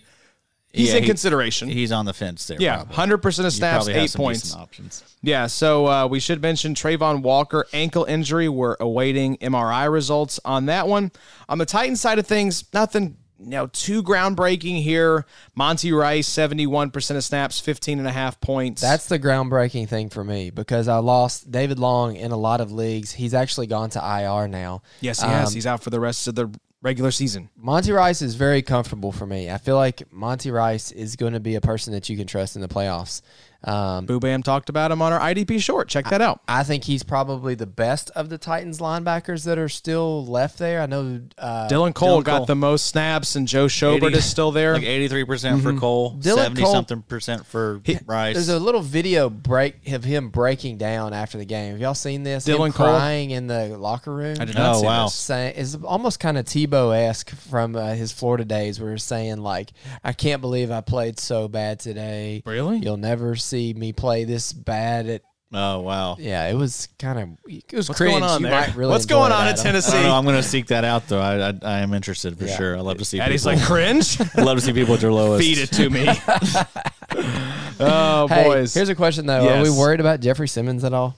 Speaker 1: he's
Speaker 2: Yeah,
Speaker 1: in
Speaker 2: he-
Speaker 1: consideration.
Speaker 2: he's on the fence there.
Speaker 1: yeah,
Speaker 2: probably.
Speaker 1: hundred percent of
Speaker 2: You
Speaker 1: snaps,
Speaker 2: probably have
Speaker 1: eight
Speaker 2: some
Speaker 1: points.
Speaker 2: decent options.
Speaker 1: Yeah, so uh, we should mention Trayvon Walker ankle injury. We're awaiting MRI results on that one. On the Titan side of things, nothing. You know, too groundbreaking here. Monty Rice, 71% of snaps, 15 and a half points.
Speaker 3: That's the groundbreaking thing for me because I lost David Long in a lot of leagues. He's actually gone to IR now.
Speaker 1: yes, he
Speaker 3: Um,
Speaker 1: has. He's out for the rest of the regular season.
Speaker 3: Monty Rice is very comfortable for me. I feel like Monty Rice is going to be a person that you can trust in the playoffs. Um,
Speaker 1: Boo Bam talked about him on our IDP short. Check that out.
Speaker 3: I think he's probably the best of the Titans linebackers that are still left there. I know uh,
Speaker 1: Dylan Cole
Speaker 2: Dylan
Speaker 1: got
Speaker 2: Cole.
Speaker 1: the most snaps, and Joe Schobert
Speaker 2: 80
Speaker 1: is still there.
Speaker 2: Like eighty three percent
Speaker 1: Mm-hmm.
Speaker 2: for Cole,
Speaker 3: Dylan
Speaker 2: seventy
Speaker 3: Cole-
Speaker 2: something percent for Rice.
Speaker 3: there's a little video break of him breaking down after the game. Have y'all seen this? Him
Speaker 1: Dylan Cole?
Speaker 3: crying in the locker room.
Speaker 1: I did not
Speaker 2: Oh,
Speaker 1: see
Speaker 2: wow.
Speaker 1: this.
Speaker 3: saying is almost kind of Tebow esque from uh, his Florida days, where he's saying like, "I can't believe I played so bad today.
Speaker 1: Really?
Speaker 3: you'll never see me play this bad." At
Speaker 2: oh wow.
Speaker 3: yeah, it was kind of it was
Speaker 1: What's
Speaker 3: cringe.
Speaker 1: going on
Speaker 3: you
Speaker 1: there?
Speaker 3: might really
Speaker 1: What's
Speaker 3: enjoy
Speaker 1: going
Speaker 3: it,
Speaker 1: on in
Speaker 3: Adam.
Speaker 2: I don't
Speaker 1: Tennessee?
Speaker 2: know. I'm going to seek that out though. I I, I am interested for
Speaker 3: Yeah.
Speaker 2: sure. I love to see.
Speaker 1: And he's
Speaker 2: people-
Speaker 1: like, cringe?
Speaker 2: love to see people at their lowest.
Speaker 1: Feed it to me. oh,
Speaker 3: Hey,
Speaker 1: boys.
Speaker 3: here's a question though: Are
Speaker 1: Yes.
Speaker 3: we worried about Jeffrey Simmons at all?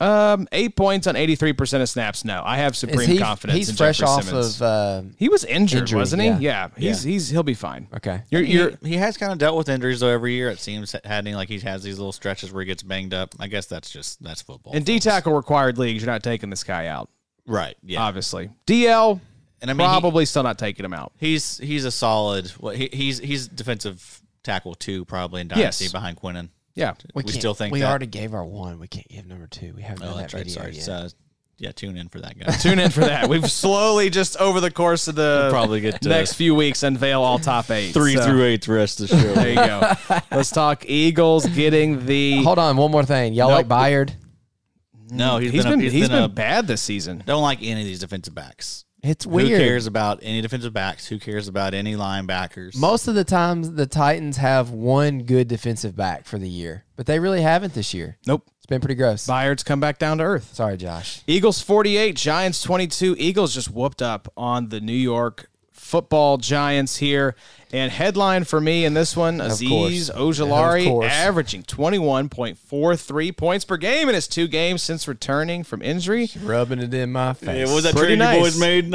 Speaker 1: um, eight points on 83% of snaps. No, I have
Speaker 3: Is
Speaker 1: supreme
Speaker 3: he
Speaker 1: confidence
Speaker 3: he's
Speaker 1: in
Speaker 3: fresh
Speaker 1: Jeffrey
Speaker 3: off
Speaker 1: Simmons.
Speaker 3: of? um
Speaker 1: he was injured,
Speaker 3: Injury,
Speaker 1: wasn't he? Yeah,
Speaker 3: yeah.
Speaker 1: he's he's he'll be fine.
Speaker 3: okay,
Speaker 1: You're, you're
Speaker 2: he, he has kind of dealt with injuries though every year. It seems having like he has these little stretches where he gets banged up. I guess that's just that's football.
Speaker 1: in D tackle required leagues. You're not taking this guy out,
Speaker 2: right? Yeah,
Speaker 1: obviously. DL
Speaker 2: and I mean, he-
Speaker 1: probably still not taking him out.
Speaker 2: he's he's a solid. What he, he's he's defensive tackle two probably in
Speaker 1: Yes.
Speaker 2: dynasty behind Quinnen.
Speaker 1: Yeah,
Speaker 2: We,
Speaker 3: can't-
Speaker 2: still think
Speaker 3: we
Speaker 2: that.
Speaker 3: already gave our one. We can't give number two. We haven't
Speaker 2: Oh,
Speaker 3: done that
Speaker 2: that's right.
Speaker 3: video
Speaker 2: Sorry.
Speaker 3: yet.
Speaker 2: So, uh, yeah, tune in for that guy.
Speaker 1: tune in for that. We've slowly just over the course of the
Speaker 2: probably get to
Speaker 1: next few weeks unveil all top eight. So,
Speaker 2: eight the rest of the show.
Speaker 1: There you go. Let's talk Eagles getting the.
Speaker 3: Hold on, one more thing. Y'all
Speaker 1: Nope.
Speaker 3: like Bayard?
Speaker 2: no, he's
Speaker 1: he's
Speaker 2: been,
Speaker 1: been
Speaker 2: a,
Speaker 1: he's been
Speaker 2: a,
Speaker 1: bad this season.
Speaker 2: don't like any of these defensive backs.
Speaker 3: It's weird.
Speaker 2: Who cares about any defensive backs? Who cares about any linebackers?
Speaker 3: Most of the times, the Titans have one good defensive back for the year, but they really haven't this year.
Speaker 1: Nope.
Speaker 3: It's been pretty gross.
Speaker 1: Byard's come back down to earth.
Speaker 3: Sorry, Josh.
Speaker 1: Eagles 48, Giants 22. Eagles just whooped up on the New York football Giants here. And headline for me in this one Aziz
Speaker 3: Of
Speaker 1: Ojolari
Speaker 3: course.
Speaker 1: averaging 21.43 points per game in his two games since returning from injury.
Speaker 3: Rubbing it in my face.
Speaker 2: that
Speaker 1: Pretty nice. he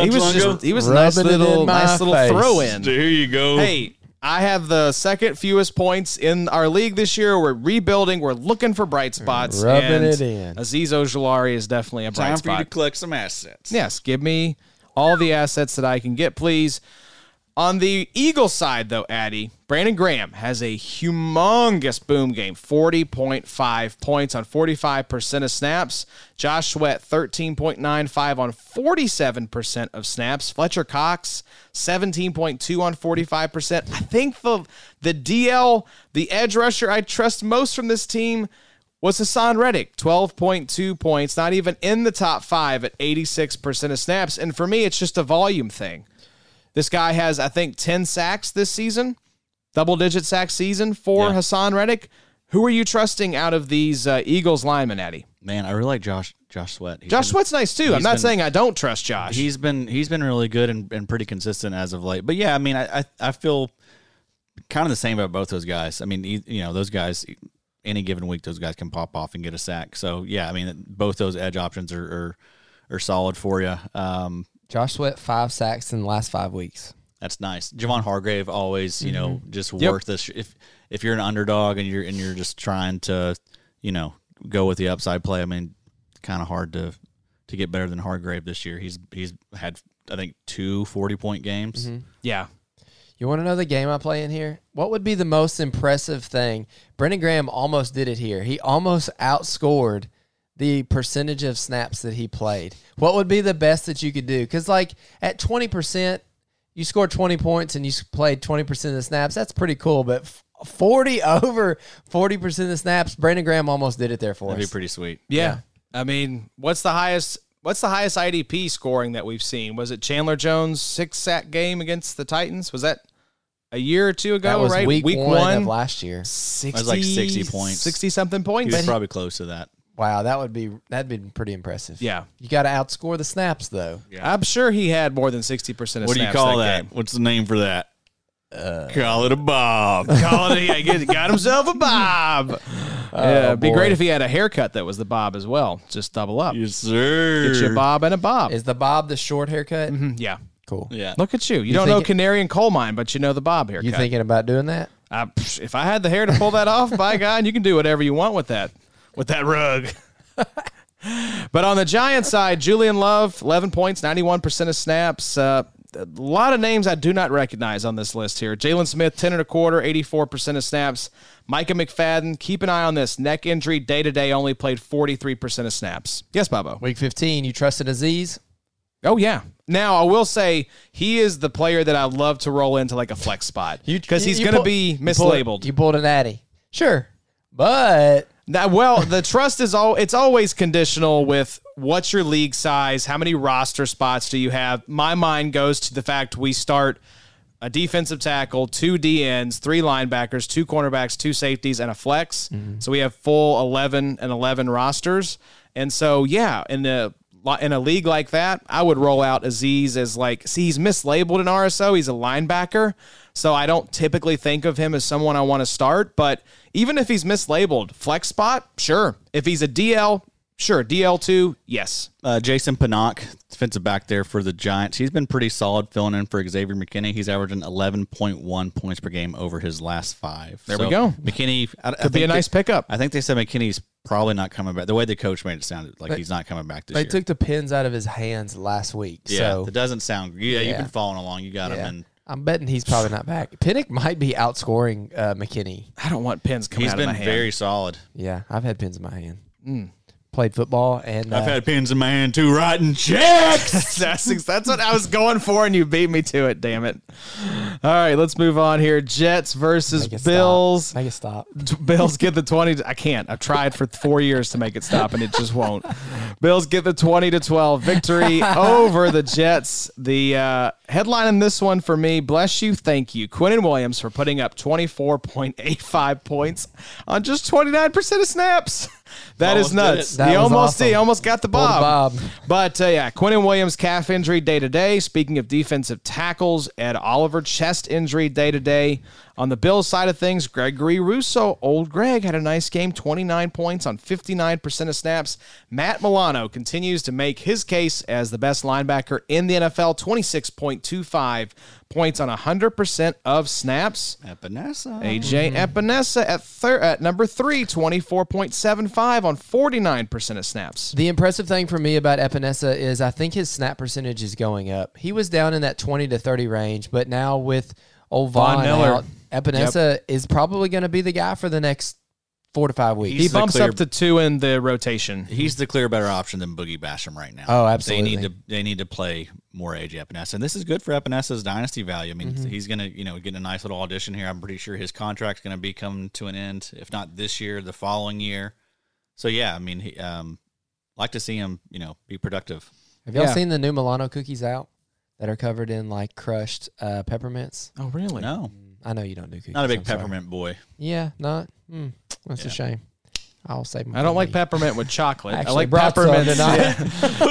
Speaker 1: was just, he was a nice
Speaker 3: Rubbing it
Speaker 1: little
Speaker 3: in my
Speaker 1: nice little
Speaker 3: face.
Speaker 1: throw in.
Speaker 2: here you go.
Speaker 1: Hey, I have the second fewest points in our league this year. We're rebuilding. We're looking for
Speaker 2: Mm.
Speaker 1: bright spots.
Speaker 3: Rubbing
Speaker 1: and
Speaker 3: it in.
Speaker 1: Aziz Ojolari is definitely a bright
Speaker 2: time for
Speaker 1: spot.
Speaker 2: you to collect some assets.
Speaker 1: Yes, give me all the assets that I can get, please. On the Eagle side, though, Addy, Brandon Graham has a humongous boom game 40.5 points on 45% of snaps. Josh Sweat, 13.95 on 47% of snaps. Fletcher Cox, 17.2 on 45%. I think the, the DL, the edge rusher I trust most from this team, was Hassan Reddick, 12.2 points, not even in the top five at 86% of snaps. And for me, it's just a volume thing. This guy has, I think, 10 sacks this season, double digit sack season for
Speaker 2: Yeah.
Speaker 1: Hassan Reddick. Who are you trusting out of these uh, Eagles linemen, Eddie?
Speaker 2: Man, I really like Josh Josh Sweat. He's
Speaker 1: Josh
Speaker 2: been-
Speaker 1: Sweat's nice too. I'm
Speaker 2: he's
Speaker 1: not
Speaker 2: been-
Speaker 1: saying I don't trust Josh.
Speaker 2: He's been he's been really good and, and pretty consistent as of late. But yeah, I mean, I I, I feel kind of the same about both those guys. I mean, you, you know, those guys any given week, those guys can pop off and get a sack. So yeah, I mean, both those edge options are are, are solid for you. Um,
Speaker 3: Josh Sweat five sacks in the last five weeks.
Speaker 2: that's nice. Javon Hargrave always, you know, just
Speaker 1: Mm-hmm. Yep.
Speaker 2: worth this. If if you're an underdog and you're and you're just trying to, you know, go with the upside play, I mean, kind of hard to to get better than Hargrave this year. He's he's had I think two 40 point games.
Speaker 1: yeah.
Speaker 3: You want to know the game I play in here? What would be the most impressive thing? Brendan Graham almost did it here. He almost outscored the percentage of snaps that he played. What would be the best that you could do? Because, like, at 20%, you scored 20 points and you s- played 20% of the snaps. That's pretty cool. But f- 40 over 40% of the snaps, Brandon Graham almost did it there for
Speaker 2: That'd be
Speaker 3: us.
Speaker 2: pretty sweet.
Speaker 1: Yeah. I mean, what's the highest what's the highest IDP scoring that we've seen? Was it Chandler Jones six sack game against the Titans? Was that a year or two ago,
Speaker 3: that was
Speaker 1: right?
Speaker 3: week, one, of last year.
Speaker 1: 60,
Speaker 2: was like 60 points.
Speaker 1: 60 something
Speaker 2: He
Speaker 1: points.
Speaker 2: was probably close to that.
Speaker 3: Wow, that would be that'd be pretty impressive.
Speaker 1: yeah.
Speaker 3: You got to outscore the snaps though.
Speaker 1: I'm sure he had more than 60% of snaps.
Speaker 2: What do you call
Speaker 1: that?
Speaker 2: that?
Speaker 1: game. Uh,
Speaker 2: What's the name for that? call it a bob.
Speaker 1: Call it, yeah, get- got himself a bob. yeah, it'd be
Speaker 3: boy.
Speaker 1: great if he had a haircut that was the bob as well. Just double up.
Speaker 2: yes, sir.
Speaker 1: Get you a bob and a bob.
Speaker 3: Is the bob the short haircut?
Speaker 1: yeah.
Speaker 3: Cool.
Speaker 2: Yeah.
Speaker 1: Look at you. You, don't know
Speaker 3: think-
Speaker 1: canary and coal mine, but you know the bob haircut.
Speaker 3: You thinking about doing that?
Speaker 1: I, psh, if I had the hair to pull that off, by God, you can do whatever you want with that with that rug. but on the Giants side, Julian Love, eleven points, ninety-one percent of snaps. Uh, a lot of names I do not recognize on this list here. Jalen Smith, ten and a quarter, eighty-four percent of snaps. Micah McFadden, keep an eye on this neck injury. Day to day, only played forty-three percent of snaps. Yes, Bobo.
Speaker 3: Week 15, you trusted Aziz?
Speaker 1: Oh yeah. Now I will say he is the player that I love to roll into like a flex spot because he's
Speaker 3: you
Speaker 1: going to
Speaker 3: pull-
Speaker 1: be
Speaker 3: you pulled-
Speaker 1: mislabeled.
Speaker 3: You pulled an Addy. Sure. But
Speaker 1: That well, the trust is all it's always conditional with what's your league size, how many roster spots do you have? My mind goes to the fact we start a defensive tackle, two DNs, three linebackers, two cornerbacks, two safeties, and a flex. So we have full eleven and eleven rosters. And so yeah, in the in a league like that, I would roll out Aziz as like, see, he's mislabeled in RSO. He's a linebacker. So I don't typically think of him as someone I want to start. But even if he's mislabeled, flex spot, sure. If he's a DL, sure. DL2, yes.
Speaker 2: Uh, Jason Panock, defensive back there for the Giants. He's been pretty solid filling in for Xavier McKinney. He's averaging 11.1 points per game over his last five. There
Speaker 1: we go.
Speaker 2: McKinney I, Could
Speaker 1: be a nice pickup.
Speaker 2: I think they said McKinney's probably not coming back. The way the coach made it sound like he's not coming back this
Speaker 3: they
Speaker 2: year.
Speaker 3: took the pins out of his hands last week.
Speaker 2: yeah,
Speaker 3: so
Speaker 2: it doesn't sound. Yeah, you've
Speaker 3: Yeah.
Speaker 2: been following along. You got
Speaker 3: yeah.
Speaker 2: him, and
Speaker 3: I'm betting he's probably not back. Pinnock might be outscoring uh, McKinney.
Speaker 1: I don't want pins coming
Speaker 2: he's
Speaker 1: out
Speaker 2: been
Speaker 1: of my hand.
Speaker 2: very solid.
Speaker 3: Yeah, I've had pins in my hand. Played football and uh,
Speaker 2: I've had pins in my hand too, writing checks.
Speaker 1: that's, that's what I was going for, and you beat me to it, damn it. All right, let's move on here. Jets versus
Speaker 3: make it stop.
Speaker 1: Bills.
Speaker 3: Make it stop.
Speaker 1: Bills get the 20. I can't. I've tried for four years to make it stop and it just won't. Bills get the 20 to 12 victory over the Jets. The uh, headline in this one for me, bless you, thank you, Quinnen Williams for putting up 24.85 points on just 29% of snaps. That is
Speaker 2: Almost did it.
Speaker 1: nuts.
Speaker 3: That
Speaker 1: he
Speaker 3: was
Speaker 1: almost
Speaker 3: awesome.
Speaker 1: he almost got the
Speaker 3: Pulled a
Speaker 1: bob.
Speaker 3: bob.
Speaker 1: But uh, yeah, Quentin Williams calf injury day to day. Speaking of defensive tackles, Ed Oliver chest injury day to day. On the Bills side of things, Gregory Russo, old Greg, had a nice game, 29 points on 59% of snaps. Matt Milano continues to make his case as the best linebacker in the NFL, 26.25 points on 100% of snaps.
Speaker 2: Epinesa.
Speaker 1: AJ Epinesa at, thir- at number three, 24.75 on 49% of snaps.
Speaker 3: The impressive thing for me about Epinesa is I think his snap percentage is going up. He was down in that 20 to 30 range, but now with old
Speaker 1: Von
Speaker 3: Von,
Speaker 1: Miller.
Speaker 3: out, Epinesa is probably going to be the guy for the next four to five weeks.
Speaker 1: He
Speaker 2: He's the
Speaker 1: bumps
Speaker 2: clear-
Speaker 1: up to two in the rotation.
Speaker 2: He's the clear better option than Boogie Basham right now.
Speaker 3: Oh,
Speaker 2: They
Speaker 3: absolutely.
Speaker 2: need to they need to play more AJ Epinesa, and this is good for Epinesa's dynasty value. I mean,
Speaker 3: Mm-hmm.
Speaker 2: he's gonna you know get a nice little audition here. I'm pretty sure his contract's gonna be coming to an end, if not this year, the following year. So yeah, I mean, he, um, like to see him you know be productive.
Speaker 3: Have y'all
Speaker 1: Yeah.
Speaker 3: seen the new Milano cookies out that are covered in like crushed uh, peppermints?
Speaker 1: Oh, really?
Speaker 2: No,
Speaker 3: I know you don't do cookies.
Speaker 2: Not a big
Speaker 3: I'm sorry.
Speaker 2: peppermint boy.
Speaker 3: Yeah, not. Hmm, that's a shame. I'll save my.
Speaker 1: I don't like peppermint with chocolate. I
Speaker 3: Actually
Speaker 1: like
Speaker 3: brought some
Speaker 1: peppermint.
Speaker 3: tonight.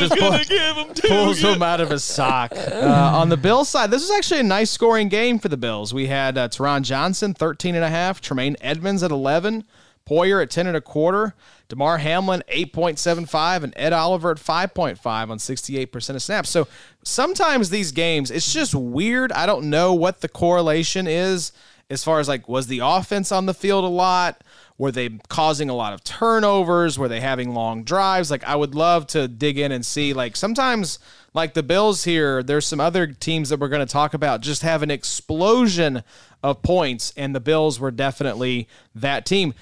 Speaker 1: Just pulls, pulls him out of his sock. Uh, on the Bills side, this is actually a nice scoring game for the Bills. We had uh, Teron Johnson, 13 and a half, Tremaine Edmonds at 11, Poyer at 10 and a quarter, DeMar Hamlin, 8.75, and Ed Oliver at 5.5 on 68% of snaps. So sometimes these games, it's just weird. I don't know what the correlation is as far as like, was the offense on the field a lot? Were they causing a lot of turnovers? Were they having long drives? Like I would love to dig in and see. Like sometimes, like the Bills here, there's some other teams that we're going to talk about just have an explosion of points, and the Bills were definitely that team.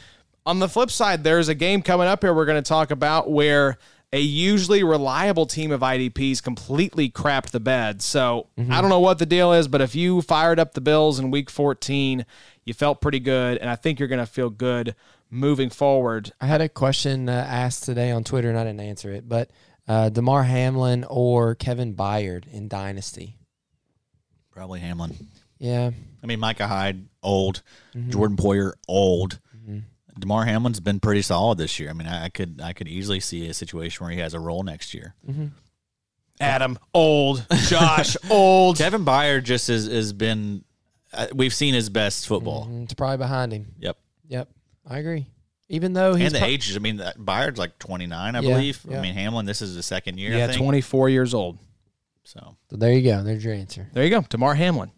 Speaker 1: On the flip side, there's a game coming up here we're going to talk about where a usually reliable team of IDPs completely crapped the bed. So
Speaker 2: Mm-hmm.
Speaker 1: I don't know what the deal is, but if you fired up the Bills in week 14, you felt pretty good, and I think you're going to feel good moving forward.
Speaker 3: I had a question uh, asked today on Twitter and I didn't answer it, but uh, Demar Hamlin or Kevin Byard in Dynasty?
Speaker 2: Probably Hamlin.
Speaker 3: Yeah,
Speaker 2: I mean, Micah Hyde, old.
Speaker 3: Mm-hmm.
Speaker 2: Jordan Poyer, old. Damar Hamlin's been pretty solid this year. I mean, I, I could I could easily see a situation where he has a role next year.
Speaker 1: Adam, old. Josh, old.
Speaker 2: Kevin Byard just has, has been. Uh, we've seen his best football.
Speaker 3: Mm, it's probably behind him.
Speaker 2: Yep.
Speaker 3: Yep, I agree. Even though he's
Speaker 2: and the
Speaker 3: pro-
Speaker 2: ages. I mean, that Byard's like 29, I
Speaker 3: Yeah,
Speaker 2: believe.
Speaker 3: yeah.
Speaker 2: I mean, Hamlin, this is the second year. I
Speaker 1: Yeah,
Speaker 2: think.
Speaker 1: 24 years old.
Speaker 2: So
Speaker 3: So there you go. There's your answer.
Speaker 1: There you go. Damar Hamlin.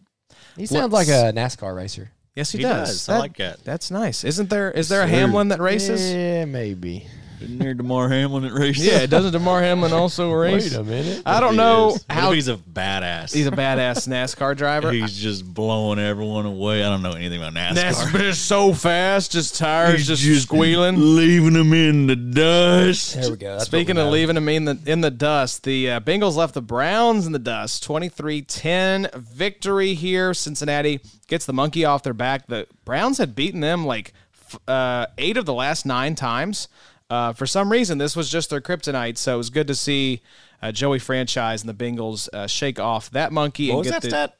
Speaker 3: He sounds like a NASCAR racer.
Speaker 1: Yes, he,
Speaker 2: He
Speaker 1: does.
Speaker 2: does. I like that.
Speaker 1: That's nice. Isn't there? Is there a Hamlin that races?
Speaker 3: Yeah, maybe.
Speaker 2: been near Damar Hamlin at races.
Speaker 1: Yeah, doesn't Damar Hamlin also race?
Speaker 3: minute.
Speaker 1: I don't know
Speaker 2: how
Speaker 1: how
Speaker 2: he's a badass.
Speaker 1: he's a badass NASCAR driver.
Speaker 2: He's just blowing everyone away. I don't know anything about
Speaker 1: That's
Speaker 2: NASCAR.
Speaker 1: just so fast, just tires just, squealing.
Speaker 2: leaving them in the dust.
Speaker 3: There we go. That's what
Speaker 1: Speaking
Speaker 3: we
Speaker 1: of
Speaker 3: know.
Speaker 1: leaving them in the, in the dust, the uh, Bengals left the Browns in the dust. 23 10 victory here. Cincinnati gets the monkey off their back. The Browns had beaten them like f- uh, eight of the last nine times. Uh, for some reason, this was just their kryptonite. So it was good to see uh, Joey Franchise and the Bengals uh, shake off that monkey
Speaker 2: What
Speaker 1: and
Speaker 2: was
Speaker 1: get
Speaker 2: that
Speaker 1: the.
Speaker 2: stat?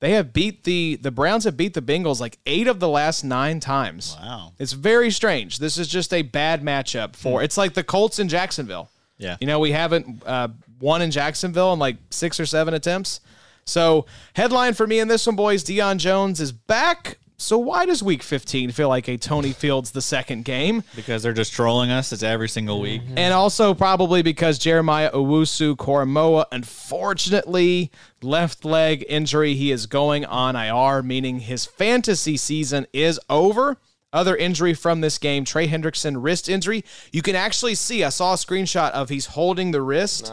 Speaker 1: They have beat the the Browns have beat the Bengals like eight of the last nine times.
Speaker 2: Wow. Mm.
Speaker 1: It's very strange. This is just a bad matchup for. It's like the Colts in Jacksonville.
Speaker 2: Yeah.
Speaker 1: You know, we haven't uh, won in Jacksonville in like six or seven attempts. So, headline for me in this one, boys Deion Jones is back. So, why does week 15 feel like a Tony Fields the second game?
Speaker 2: Because they're just trolling us. It's every single week.
Speaker 1: And also probably because Jeremiah Owusu Koromoa unfortunately left leg injury. He is going on IR, meaning his fantasy season is over. Other injury from this game, Trey Hendrickson wrist injury. You can actually see, I saw a screenshot of he's holding the wrist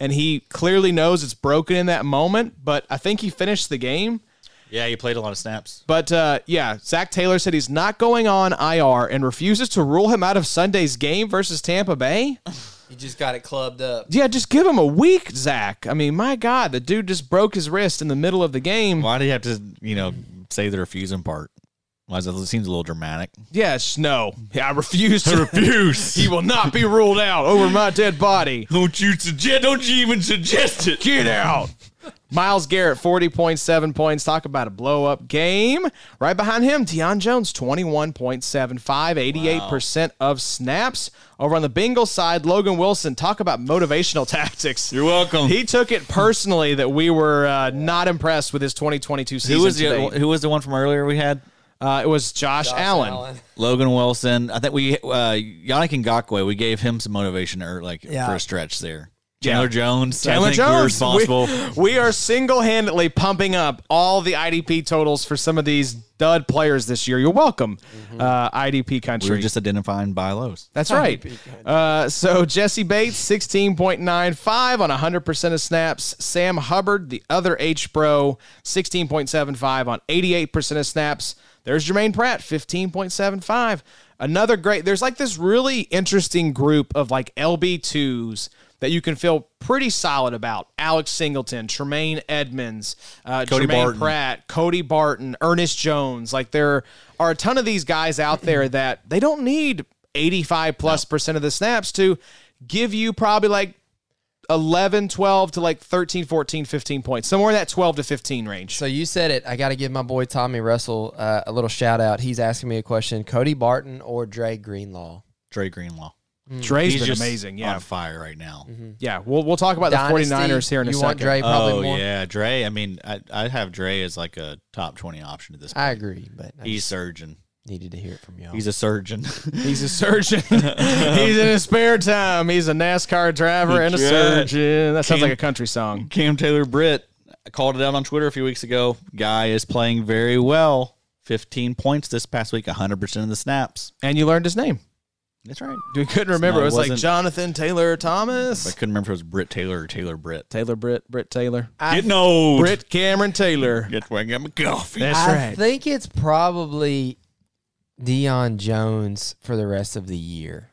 Speaker 1: and he clearly knows it's broken in that moment, but I think he finished the game.
Speaker 2: Yeah, you played a lot of snaps.
Speaker 1: But uh, yeah, Zach Taylor said he's not going on IR and refuses to rule him out of Sunday's game versus Tampa Bay.
Speaker 3: You just got it clubbed up.
Speaker 1: Yeah, just give him a week, Zach. I mean, my God, the dude just broke his wrist in the middle of the game.
Speaker 2: Why do you have to, you know, say the refusing part? Why is that, it seems a little dramatic.
Speaker 1: Yes, no. Yeah, I refuse to.
Speaker 2: Refuse.
Speaker 1: he will not be ruled out over my dead body.
Speaker 2: don't you suggest? Don't you even suggest it?
Speaker 1: Get out. Miles Garrett, 40.7 points. Talk about a blow up game. Right behind him, Deion Jones, 21.75, 88% of snaps. Over on the Bengals side, Logan Wilson, talk about motivational tactics.
Speaker 2: You're welcome.
Speaker 1: He took it personally that we were uh, not impressed with his 2022 season.
Speaker 2: Who was
Speaker 1: to
Speaker 2: the
Speaker 1: date.
Speaker 2: Who was the one from earlier we had?
Speaker 1: Uh, it was Josh, Allen.
Speaker 2: Logan Wilson. I think we uh, Yannick Ngakwe. We gave him some motivation or like
Speaker 3: Yeah.
Speaker 2: for a stretch there. Chandler Jones.
Speaker 1: Chandler
Speaker 2: I think
Speaker 1: Jones.
Speaker 2: We're responsible.
Speaker 1: We, we are single-handedly pumping up all the IDP totals for some of these dud players this year. You're welcome, uh, IDP
Speaker 2: We
Speaker 1: country.
Speaker 2: Mm-hmm. were just identifying by lows.
Speaker 1: That's right. Uh, so Jesse Bates, 16.95 on 100% of snaps. Sam Hubbard, the other H Bro, 16.75 on 88% of snaps. There's Jermaine Pratt, 15.75. Another great, there's like this really interesting group of like LB2s that you can feel pretty solid about. Alex Singleton, Tremaine Edmonds, uh,
Speaker 2: Cody
Speaker 1: Jermaine
Speaker 2: Barton.
Speaker 1: Pratt. Pratt, Cody Barton, Ernest Jones. Like there are a ton of these guys out there that they don't need 85 plus percent of the snaps to give you probably like 11, 12 to like 13, 14, 15 points, somewhere in that 12 to 15 range.
Speaker 3: So you said it. I got to give my boy Tommy Russell uh, a little shout out. He's asking me a question: Cody Barton or Dre Greenlaw?
Speaker 2: Dre Greenlaw.
Speaker 1: Dre's
Speaker 2: He's
Speaker 1: been
Speaker 2: just
Speaker 1: amazing. Yeah. Mm-hmm.
Speaker 2: on fire right now.
Speaker 1: Yeah. We'll, we'll talk about
Speaker 3: Dynasty,
Speaker 1: the 49ers here in a
Speaker 3: you
Speaker 1: second.
Speaker 3: want Dre probably
Speaker 2: Oh
Speaker 3: more.
Speaker 2: yeah, Dre. I mean, I I have Dre as like a top twenty option at this. point.
Speaker 3: I agree, but I
Speaker 2: He's
Speaker 3: just
Speaker 2: surgeon.
Speaker 3: needed to hear it from y'all.
Speaker 2: He's a surgeon.
Speaker 1: He's a surgeon. He's in his spare time. He's a NASCAR driver and a
Speaker 2: Yeah.
Speaker 1: surgeon. That sounds
Speaker 2: Cam-
Speaker 1: like a country song.
Speaker 2: Cam Taylor Britt I called it out on Twitter a few weeks ago. Guy is playing very well. Fifteen points this past week. hundred percent of the snaps.
Speaker 1: And you learned his name.
Speaker 2: That's right.
Speaker 1: We couldn't remember.
Speaker 2: No,
Speaker 1: it
Speaker 2: it
Speaker 1: was like
Speaker 2: wasn't-
Speaker 1: Jonathan Taylor
Speaker 2: I
Speaker 1: Thomas.
Speaker 2: couldn't remember if it was Britt Taylor or Taylor Britt.
Speaker 1: Taylor Britt, Britt Taylor.
Speaker 2: Getting old.
Speaker 1: Britt Cameron Taylor.
Speaker 2: Get where I get my coffee.
Speaker 1: That's
Speaker 3: I
Speaker 1: right.
Speaker 3: think it's probably Dion Jones for the rest of the year,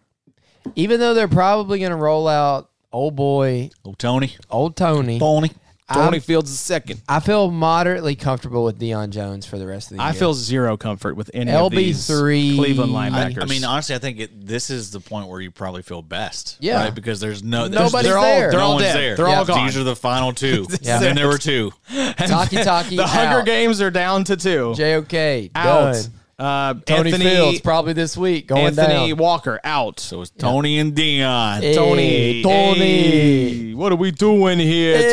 Speaker 3: even though they're probably going to roll out old boy,
Speaker 2: Oh, Tony.
Speaker 3: old Tony.
Speaker 2: Tony.
Speaker 1: Tony Fields is second.
Speaker 3: I feel moderately comfortable with Dion Jones for the rest of the year.
Speaker 1: I feel zero comfort with any of these
Speaker 3: LB3.
Speaker 1: Cleveland
Speaker 2: I,
Speaker 1: linebackers.
Speaker 2: I mean, honestly, I think it, this is the point where you probably feel best.
Speaker 3: Yeah.
Speaker 2: Right? Because there's no.
Speaker 3: Nobody's
Speaker 2: there's-
Speaker 1: they're all
Speaker 3: there.
Speaker 1: they're
Speaker 2: no
Speaker 1: all
Speaker 2: one's
Speaker 1: dead.
Speaker 2: there.
Speaker 1: They're all
Speaker 3: Yeah.
Speaker 1: gone.
Speaker 2: These are the final two.
Speaker 3: Yeah.
Speaker 2: And then there were two.
Speaker 3: Taki Taki.
Speaker 1: the Hunger
Speaker 3: out.
Speaker 1: Games are down to two.
Speaker 3: JOK
Speaker 1: out.
Speaker 3: done.
Speaker 1: Uh,
Speaker 3: Tony
Speaker 1: Anthony
Speaker 3: Fields probably this week going
Speaker 1: Anthony
Speaker 3: down.
Speaker 1: Walker out.
Speaker 2: So it's Tony and Dion.
Speaker 3: Hey,
Speaker 1: Tony.
Speaker 3: Tony.
Speaker 1: Hey, what are we doing here,
Speaker 3: Hey.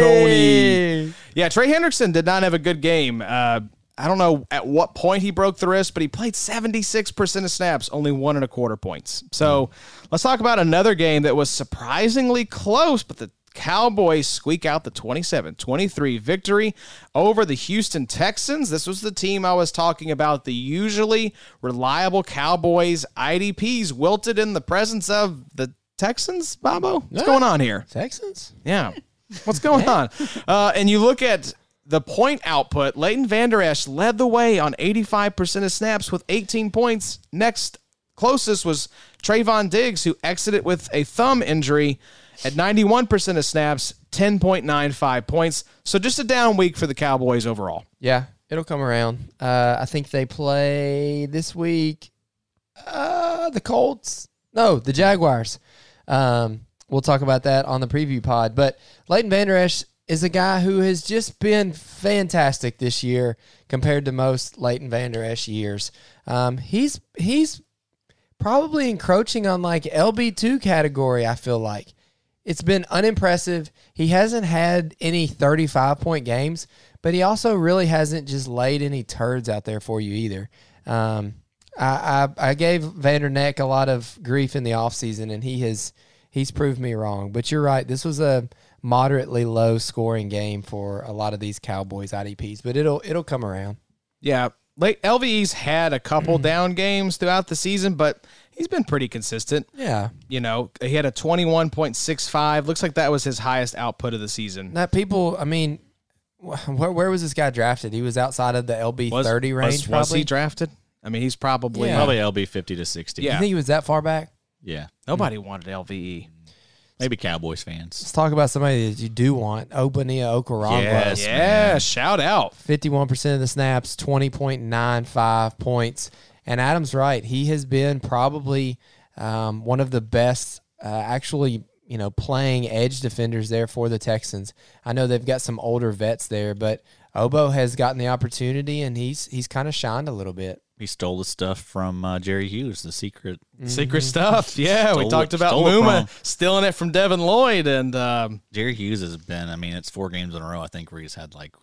Speaker 1: Tony? Yeah, Trey Hendrickson did not have a good game. Uh, I don't know at what point he broke the wrist, but he played 76% of snaps, only one and a quarter points. So let's talk about another game that was surprisingly close, but the Cowboys squeak out the 27 23 victory over the Houston Texans. This was the team I was talking about. The usually reliable Cowboys IDPs wilted in the presence of the Texans, Bobo? What's going on here?
Speaker 3: Texans?
Speaker 1: Yeah. What's going on? Uh, and you look at the point output. Leighton Vander Esch led the way on 85% of snaps with 18 points. Next closest was Trayvon Diggs, who exited with a thumb injury at 91% of snaps, 10.95 points. So just a down week for the Cowboys overall.
Speaker 3: Yeah, it'll come around. Uh, I think they play this week. Uh, the Colts? No, the Jaguars. Um, we'll talk about that on the preview pod. But Leighton Vander Esch is a guy who has just been fantastic this year compared to most Leighton Vander Esch years. Um, he's he's probably encroaching on like LB2 category, I feel like. It's been unimpressive. He hasn't had any 35 point games, but he also really hasn't just laid any turds out there for you either. Um, I, I, I gave Vanderneck a lot of grief in the offseason, and he has he's proved me wrong. But you're right. This was a moderately low scoring game for a lot of these Cowboys IDPs, but it'll it'll come around.
Speaker 1: Yeah. Late LVE's had a couple down games throughout the season, but he's been pretty consistent.
Speaker 3: Yeah.
Speaker 1: You know, he had a 21.65. Looks like that was his highest output of the season.
Speaker 3: That people, I mean, wh- where, where was this guy drafted? He was outside of the LB
Speaker 2: Was-
Speaker 3: thirty
Speaker 2: was-
Speaker 1: Was
Speaker 3: range, probably.
Speaker 1: he drafted? I mean, he's probably
Speaker 3: Yeah.
Speaker 2: Probably LB 50 to 60.
Speaker 1: Yeah.
Speaker 3: You think he was that far back?
Speaker 2: Yeah.
Speaker 1: nobody wanted E. LVE.
Speaker 2: Maybe Cowboys fans.
Speaker 3: Let's talk about somebody that you do want. Obania Okoronkwo.
Speaker 2: Yes.
Speaker 1: yeah,
Speaker 2: man.
Speaker 1: shout out.
Speaker 3: Fifty-one percent of the snaps, twenty point nine five points. And Adam's right; he has been probably um, one of the best, uh, actually, you know, playing edge defenders there for the Texans. I know they've got some older vets there, but Obo has gotten the opportunity, and he's he's kind of shined a little bit.
Speaker 2: He stole the stuff from uh, Jerry Hughes, the secret.
Speaker 1: Secret stuff. Yeah, we
Speaker 2: Mm-hmm. Stole
Speaker 1: talked
Speaker 2: it-
Speaker 1: about
Speaker 2: stole it
Speaker 1: Luma
Speaker 2: from. Mm-hmm.
Speaker 1: stealing it from Devin Lloyd, and um,
Speaker 2: Jerry Hughes has been, I mean, it's four games in a row, I think, where he's had like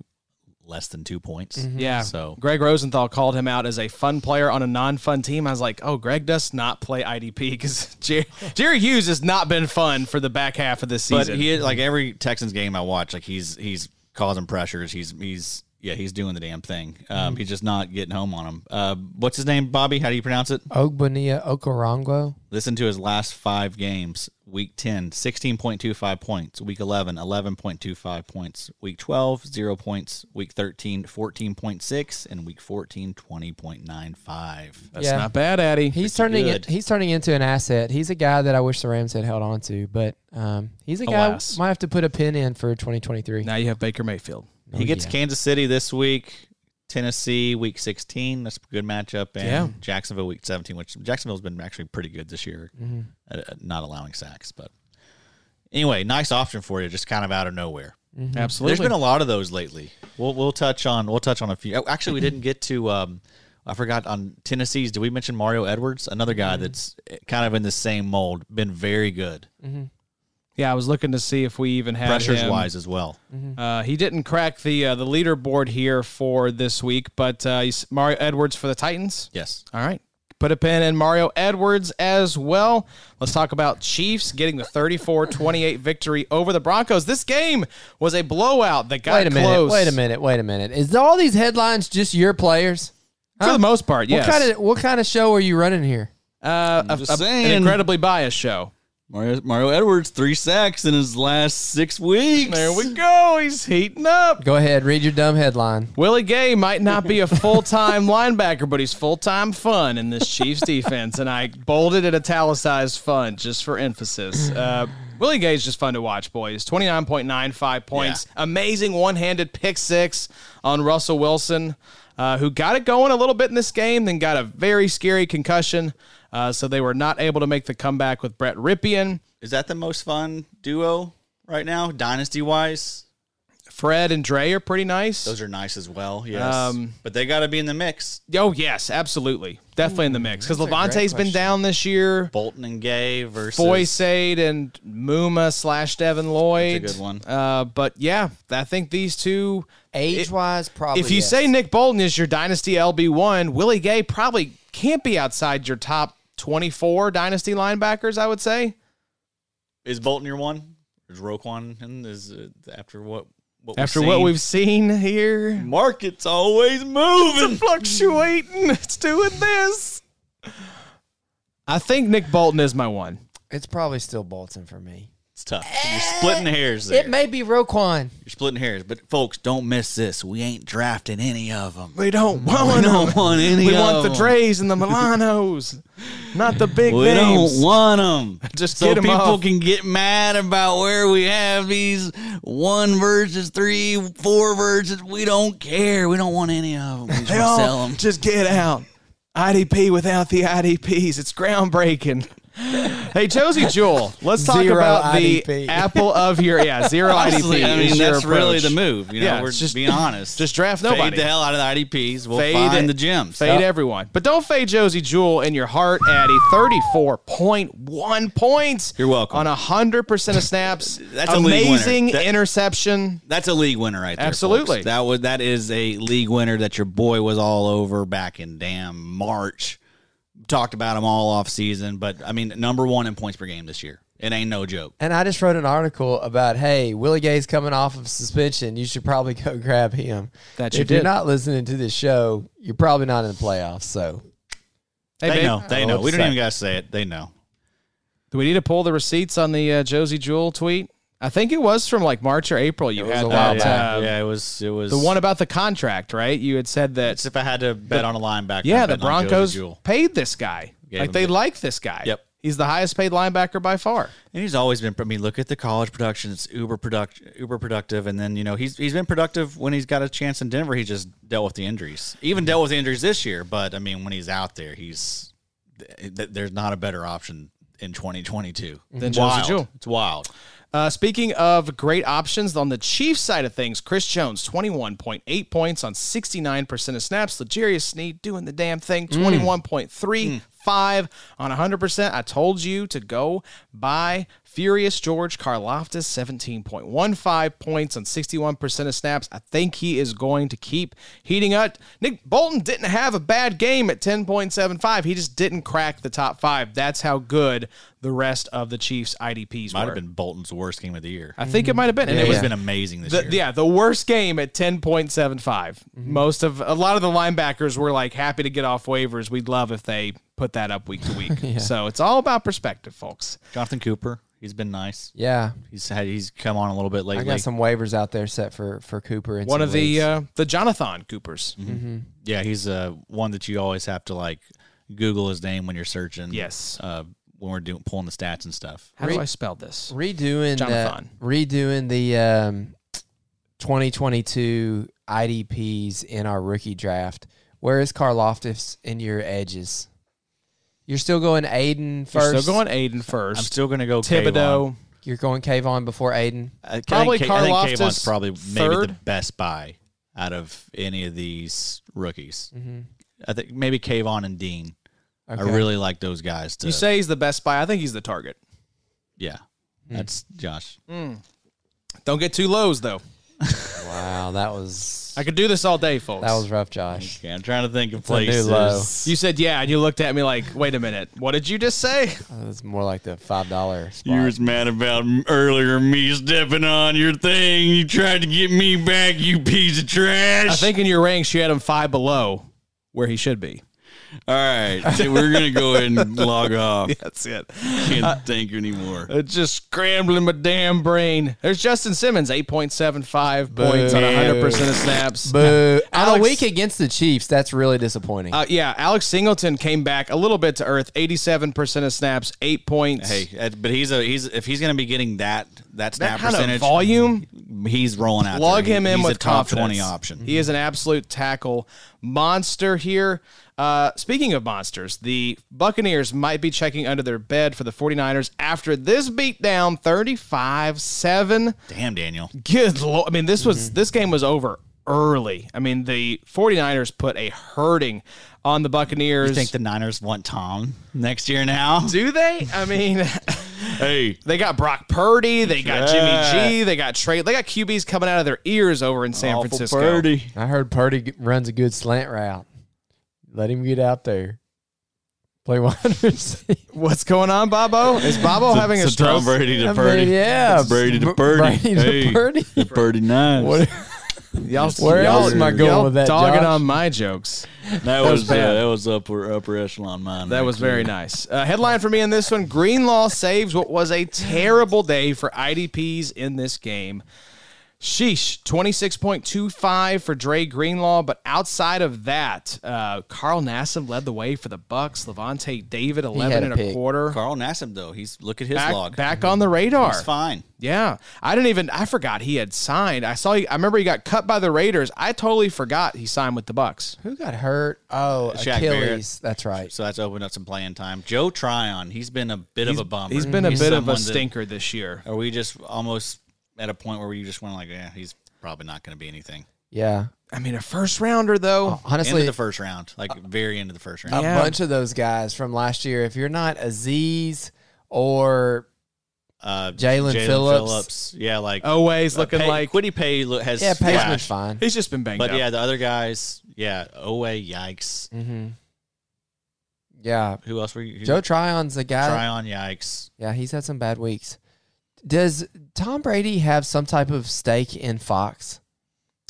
Speaker 2: less than two points.
Speaker 1: yeah,
Speaker 2: So-
Speaker 1: Greg Rosenthal called him out as a fun player on a non-fun team. I was like, oh, Greg does not play IDP because Jerry, Jerry Hughes has not been fun for the back half of this
Speaker 2: But
Speaker 1: season.
Speaker 2: he like every Texans game I watch, like he's he's causing pressures. He's he's yeah, he's doing the damn thing. Um, He's just not getting home on him. Uh, what's his name, Bobby? How do you pronounce it?
Speaker 3: Ogbania Okoronkwo.
Speaker 2: Listen to his last five games week 10, 16.25 points. Week 11, 11.25 points. Week 12, 0 points. Week 13, 14.6. And week 14, 20.95.
Speaker 1: That's
Speaker 3: Yeah.
Speaker 1: not bad, Addy.
Speaker 3: He's turning
Speaker 2: good.
Speaker 3: it, he's turning into an asset. He's a guy that I wish the Rams had held on to, but um, he's a guy
Speaker 1: Alas.
Speaker 3: might have to put a pin in for 2023.
Speaker 1: now you have Baker Mayfield.
Speaker 3: Oh,
Speaker 2: he gets
Speaker 3: yeah.
Speaker 2: Kansas City this week, Tennessee week 16. That's a good matchup. And
Speaker 1: Yeah.
Speaker 2: Jacksonville week
Speaker 3: Mm-hmm.
Speaker 2: uh, 17, which Jacksonville's been actually pretty good this year, at, at not allowing sacks. But Anyway, nice option for you, just kind of out of nowhere. There's
Speaker 1: Absolutely.
Speaker 2: been a lot of those lately. We'll we'll touch on we'll touch on a few. Oh, Actually, we didn't get to. Um, I forgot on Tennessee's. Did we mention Mario Edwards? Another guy
Speaker 1: Mm-hmm.
Speaker 2: that's eh, kind of in the same mold. Been very good,
Speaker 1: yeah, I was looking to see if we even had
Speaker 2: pressures
Speaker 1: him.
Speaker 2: wise as well.
Speaker 1: Uh, he didn't crack the uh, the leaderboard here for this week, but uh, he's Mario Edwards for the Titans.
Speaker 2: Yes,
Speaker 1: All right. Put a pin in Mario Edwards as well. Let's talk about Chiefs getting the 34 28 victory over the Broncos. This game was a blowout that got
Speaker 3: Wait a minute.
Speaker 1: close.
Speaker 3: Wait a minute. Wait a minute. Is all these headlines just your players?
Speaker 1: For the most part, yes.
Speaker 3: What kind of what kind of show are you running here?
Speaker 1: uh, a-
Speaker 2: just
Speaker 1: a-
Speaker 2: saying.
Speaker 1: An incredibly biased show.
Speaker 2: Mario Mario Edwards three sacks in his last six weeks.
Speaker 1: There we go. He's heating up.
Speaker 3: Go ahead, read your dumb headline.
Speaker 1: Willie Gay might not be a full time linebacker, but he's full time fun in this Chiefs defense. And I bolded and italicized fun just for emphasis. Uh, Willie Gay's just fun to watch, boys. 29.95 points. Amazing one handed pick six on Russell Wilson, uh, who got it going a little bit in this game, then got a very scary concussion. Uh, so they were not able to make the comeback with Brett Ripien.
Speaker 2: Is that the most fun duo right now, dynasty wise?
Speaker 1: Fred and Dre are pretty nice.
Speaker 2: Those are nice as well. Yes,
Speaker 1: Um,
Speaker 2: but they got to be in the mix.
Speaker 1: oh, yes, absolutely. Definitely in the mix because
Speaker 3: Mm, that's a great
Speaker 1: Levante's been
Speaker 3: question.
Speaker 1: down this year.
Speaker 2: Bolton and Gay versus
Speaker 1: Boysaid and Muma slash Devin Lloyd.
Speaker 2: That's a good one.
Speaker 1: Uh, but yeah, I think these two.
Speaker 3: Age wise, probably.
Speaker 1: if you
Speaker 3: yes.
Speaker 1: say Nick Bolton is your dynasty LB one, Willie Gay probably can't be outside your top twenty four dynasty linebackers. I would say
Speaker 2: Is Bolton your one? Is Roquan and is it after what? what
Speaker 1: after what we've seen here,
Speaker 2: market's always moving.
Speaker 1: fluctuating. It's doing this. I think Nick Bolton is my one.
Speaker 3: it's probably still Bolton for me.
Speaker 2: It's tough. You're splitting hairs
Speaker 1: Eh,
Speaker 2: there.
Speaker 3: It may be Roquan.
Speaker 2: You're splitting hairs, but folks, don't miss this. We ain't drafting any of them.
Speaker 1: We don't want
Speaker 2: We don't want any.
Speaker 1: We
Speaker 2: of
Speaker 1: want the
Speaker 2: 'em.
Speaker 1: Dre's and the Milanos, not the big
Speaker 2: We
Speaker 1: names.
Speaker 2: don't want them.
Speaker 1: Just
Speaker 2: so
Speaker 1: get 'em
Speaker 2: people
Speaker 1: off.
Speaker 2: can get mad about where we have these one versus three, four versus. We don't care. We don't want any of them. We just
Speaker 1: They
Speaker 2: want
Speaker 1: all
Speaker 2: to sell them.
Speaker 1: just get out. IDP without the IDPs. It's groundbreaking. hey, Josie Jewel, let's talk
Speaker 3: Zero
Speaker 1: about the
Speaker 3: IDP.
Speaker 1: apple of your yeah zero
Speaker 2: Honestly,
Speaker 1: IDP.
Speaker 2: I mean
Speaker 1: is your
Speaker 2: that's really
Speaker 1: approach.
Speaker 2: the move. You know,
Speaker 1: Yeah,
Speaker 2: we're
Speaker 1: it's
Speaker 2: just
Speaker 1: just-
Speaker 2: being honest.
Speaker 1: Just draft nobody.
Speaker 2: fade the hell out of the IDPs. We'll
Speaker 1: Fade
Speaker 2: find
Speaker 1: it.
Speaker 2: the gems.
Speaker 1: Fade everyone, but don't fade Josie Jewel in your heart, Addy. Thirty-four point one points.
Speaker 2: You're welcome.
Speaker 1: On hundred percent of snaps.
Speaker 2: That's a league winner.
Speaker 1: amazing
Speaker 2: That-
Speaker 1: interception.
Speaker 2: That's a league winner right there.
Speaker 1: Absolutely.
Speaker 2: folks. That was that is a league winner that your boy was all over back in damn March. Talked about him all off season, but I mean number one in points per game this year. It ain't no joke.
Speaker 3: And I just wrote an article about, hey, Willie Gay's coming off of suspension. You should probably go grab him.
Speaker 1: That
Speaker 3: if
Speaker 1: you
Speaker 3: you're
Speaker 1: did.
Speaker 3: not listening to this show, you're probably not in the playoffs. So
Speaker 1: Hey,
Speaker 2: they
Speaker 1: babe,
Speaker 2: know. They
Speaker 3: Oh,
Speaker 2: know. We don't
Speaker 3: upset.
Speaker 2: even gotta say it. They know.
Speaker 1: Do we need to pull the receipts on the uh, Josie Jewel tweet? I think it was from like March or April. You
Speaker 3: was
Speaker 1: had
Speaker 3: a while
Speaker 1: that,
Speaker 3: back.
Speaker 1: uh,
Speaker 2: yeah, it was. It was
Speaker 1: The one about the contract, right? You had said that.
Speaker 2: That's if I had to bet on a linebacker.
Speaker 1: yeah,
Speaker 2: I'm
Speaker 1: the
Speaker 2: betting on Josie
Speaker 1: Broncos
Speaker 2: Jewell.
Speaker 1: paid this guy.
Speaker 2: Gave
Speaker 1: like
Speaker 2: him
Speaker 1: they
Speaker 2: the-
Speaker 1: like this guy.
Speaker 2: Yep.
Speaker 1: He's the highest paid linebacker by far.
Speaker 2: And he's always been. I mean, look at the college production; it's uber product, uber productive. And then you know he's he's been productive when he's got a chance in Denver. He just dealt with the injuries, even dealt with the injuries this year. But I mean, when he's out there, he's th- th- there's not a better option in 2022
Speaker 1: Than Josie
Speaker 2: wild.
Speaker 1: Jewell.
Speaker 2: It's wild.
Speaker 1: Uh, speaking of great options on the Chiefs side of things, Chris Jones, 21.8 points on 69% of snaps. Legarius Sneed doing the damn thing, 21.35 on 100%. I told you to go buy Furious George Karloftis, 17.15 points on 61% of snaps. I think he is going to keep heating up. Nick Bolton didn't have a bad game at 10.75. He just didn't crack the top five. That's how good the rest of the Chiefs IDPs
Speaker 2: Might
Speaker 1: were.
Speaker 2: have been Bolton's worst game of the year.
Speaker 1: I
Speaker 3: Mm-hmm.
Speaker 1: think it might have been. And
Speaker 2: It
Speaker 1: it was
Speaker 2: has been amazing this
Speaker 1: the,
Speaker 2: year.
Speaker 1: yeah, the worst game at 10.75.
Speaker 3: Mm-hmm.
Speaker 1: Most of a lot of the linebackers were like happy to get off waivers. We'd love if they put that up week to week. So it's all about perspective, folks.
Speaker 2: Jonathan Cooper, he's been nice.
Speaker 3: yeah,
Speaker 2: He's had he's come on a little bit
Speaker 3: I
Speaker 2: lately.
Speaker 3: got some waivers out there set for for Cooper. And
Speaker 1: One
Speaker 3: some
Speaker 1: of the
Speaker 3: leagues.
Speaker 1: uh, the Jonathan Coopers.
Speaker 2: Mm-hmm. Yeah, he's uh, one that you always have to like Google his name when you're searching.
Speaker 1: Yes.
Speaker 2: Uh, when we're doing pulling the stats and stuff.
Speaker 1: How
Speaker 3: Re-
Speaker 1: do I spell this?
Speaker 3: redoing
Speaker 1: Jonathan.
Speaker 3: the redoing the um, 2022 IDPs in our rookie draft. Where is Karloftis in your edges? You're still going Aiden
Speaker 1: We're
Speaker 3: first.
Speaker 1: still going Aiden 1st
Speaker 2: I'm still going to go
Speaker 1: Thibodeau.
Speaker 2: K-Lon.
Speaker 3: You're going Kayvon before Aiden.
Speaker 2: I think
Speaker 1: Probably
Speaker 2: Ka- I think
Speaker 1: Karloftis
Speaker 2: Kayvon's probably maybe the
Speaker 1: third.
Speaker 2: best buy out of any of these rookies.
Speaker 1: Mm-hmm.
Speaker 2: I think maybe Kayvon and Dean. I
Speaker 3: Okay.
Speaker 2: really like those guys. To,
Speaker 1: You say he's the best spy. I think he's the target.
Speaker 2: yeah,
Speaker 1: Hmm.
Speaker 2: that's Josh.
Speaker 1: Don't get too lows though.
Speaker 3: Wow, that was
Speaker 1: I could do this all day, folks.
Speaker 3: that was rough, Josh.
Speaker 2: Okay, I'm trying to think of
Speaker 3: a new
Speaker 2: places.
Speaker 3: low.
Speaker 1: you said yeah, and you looked at me like, wait a minute, what did you just say?
Speaker 3: It's more like the five dollar.
Speaker 2: You was mad about m- earlier me stepping on your thing. You tried to get me back, you piece of trash.
Speaker 1: I think in your ranks you had him five below where he should be.
Speaker 2: All right, so we're gonna go ahead and log off.
Speaker 1: That's it. Uh,
Speaker 2: Can't think anymore.
Speaker 1: It's just scrambling my damn brain. There's Justin Simmons, 8.75 points on 100% of snaps.
Speaker 3: Boo. On a
Speaker 1: Alex-
Speaker 3: week against the Chiefs, that's really disappointing.
Speaker 1: Uh, yeah, Alex Singleton came back a little bit to earth, 87% of snaps, eight points.
Speaker 2: Hey, uh, but he's a he's if he's gonna be getting that that
Speaker 1: that
Speaker 2: snap
Speaker 1: kind
Speaker 2: percentage
Speaker 1: of volume.
Speaker 2: he's rolling out.
Speaker 1: Plug
Speaker 2: there.
Speaker 1: him
Speaker 2: He-
Speaker 1: in
Speaker 2: he's
Speaker 1: with
Speaker 2: a
Speaker 1: confidence.
Speaker 2: top
Speaker 1: Mm-hmm.
Speaker 2: twenty option.
Speaker 1: He is an absolute tackle monster here. Uh, speaking of monsters, the Buccaneers might be checking under their bed for the 49ers after this beatdown 35 7.
Speaker 2: Damn, Daniel.
Speaker 1: Good lord. I mean, this was this game was over early. I mean, the 49ers put a hurting on the Buccaneers.
Speaker 2: You think the Niners want Tom next year now?
Speaker 1: Do they? I mean,
Speaker 2: Hey,
Speaker 1: They got Brock Purdy. They got
Speaker 2: Yeah.
Speaker 1: Jimmy G. They got Trey. They got QBs coming out of their ears over in San Francisco.
Speaker 3: I heard Purdy g- runs a good slant route. Let him get out there. Play wide receiver.
Speaker 1: What's going on, Bobo? Is Bobo having a stroke?
Speaker 2: Brady
Speaker 3: I mean, yeah,
Speaker 2: Brady to
Speaker 3: Br-
Speaker 2: Purdy.
Speaker 3: Brady to
Speaker 2: Hey.
Speaker 3: Purdy.
Speaker 2: Birdie nine.
Speaker 3: What-
Speaker 1: Y'all,
Speaker 3: Where
Speaker 1: y'all-
Speaker 3: else am I going
Speaker 1: y'all
Speaker 3: with that,
Speaker 1: Dogging
Speaker 3: Josh?
Speaker 1: on my jokes.
Speaker 2: That was
Speaker 1: bad.
Speaker 2: uh, that was upper upper echelon mine.
Speaker 1: That was very nice. Uh, headline for me in this one: Greenlaw saves what was a terrible day for IDPs in this game. Sheesh, 26.25 for Dre Greenlaw, but outside of that, uh, Carl Nassib led the way for the Bucks. Levante David, 11
Speaker 3: a
Speaker 1: and a
Speaker 3: pick.
Speaker 1: quarter.
Speaker 2: Carl Nassib though. He's look at his
Speaker 1: back,
Speaker 2: log.
Speaker 1: back on the radar.
Speaker 2: He's fine.
Speaker 1: Yeah, I didn't even. I forgot he had signed. I saw. He, I remember he got cut by the Raiders. I totally forgot he signed with the Bucks.
Speaker 3: Who got hurt? Oh,
Speaker 2: Shaq
Speaker 3: Achilles. That's right.
Speaker 2: So that's opened up some playing time. Joe Tryon. He's been a bit of a bummer.
Speaker 1: He's been a bit of a
Speaker 2: someone that-
Speaker 1: stinker this year.
Speaker 2: Are we just almost at a point where we just went like, yeah, he's probably not going to be anything.
Speaker 3: Yeah.
Speaker 1: I mean, a first rounder though.
Speaker 2: End of
Speaker 3: Honestly,
Speaker 2: the first round, like very end of the first round.
Speaker 3: a
Speaker 1: Yeah.
Speaker 3: bunch of those guys from last year. If you're not Aziz or
Speaker 2: Uh,
Speaker 3: Jalen Phillips.
Speaker 2: yeah, like
Speaker 1: Always looking
Speaker 2: Oh. Pay-
Speaker 1: like
Speaker 2: Quiddy Pay lo- has
Speaker 3: yeah, Paceman's
Speaker 2: flashed.
Speaker 3: fine.
Speaker 1: he's just been banged
Speaker 2: But
Speaker 1: up.
Speaker 2: yeah, the other guys, yeah, Owe, yikes.
Speaker 3: Mm-hmm. Yeah,
Speaker 2: Who else were you? who-
Speaker 3: Joe Tryon's the guy.
Speaker 2: Tryon, yikes.
Speaker 3: Yeah, he's had some bad weeks. Does Tom Brady have some type of stake in Fox?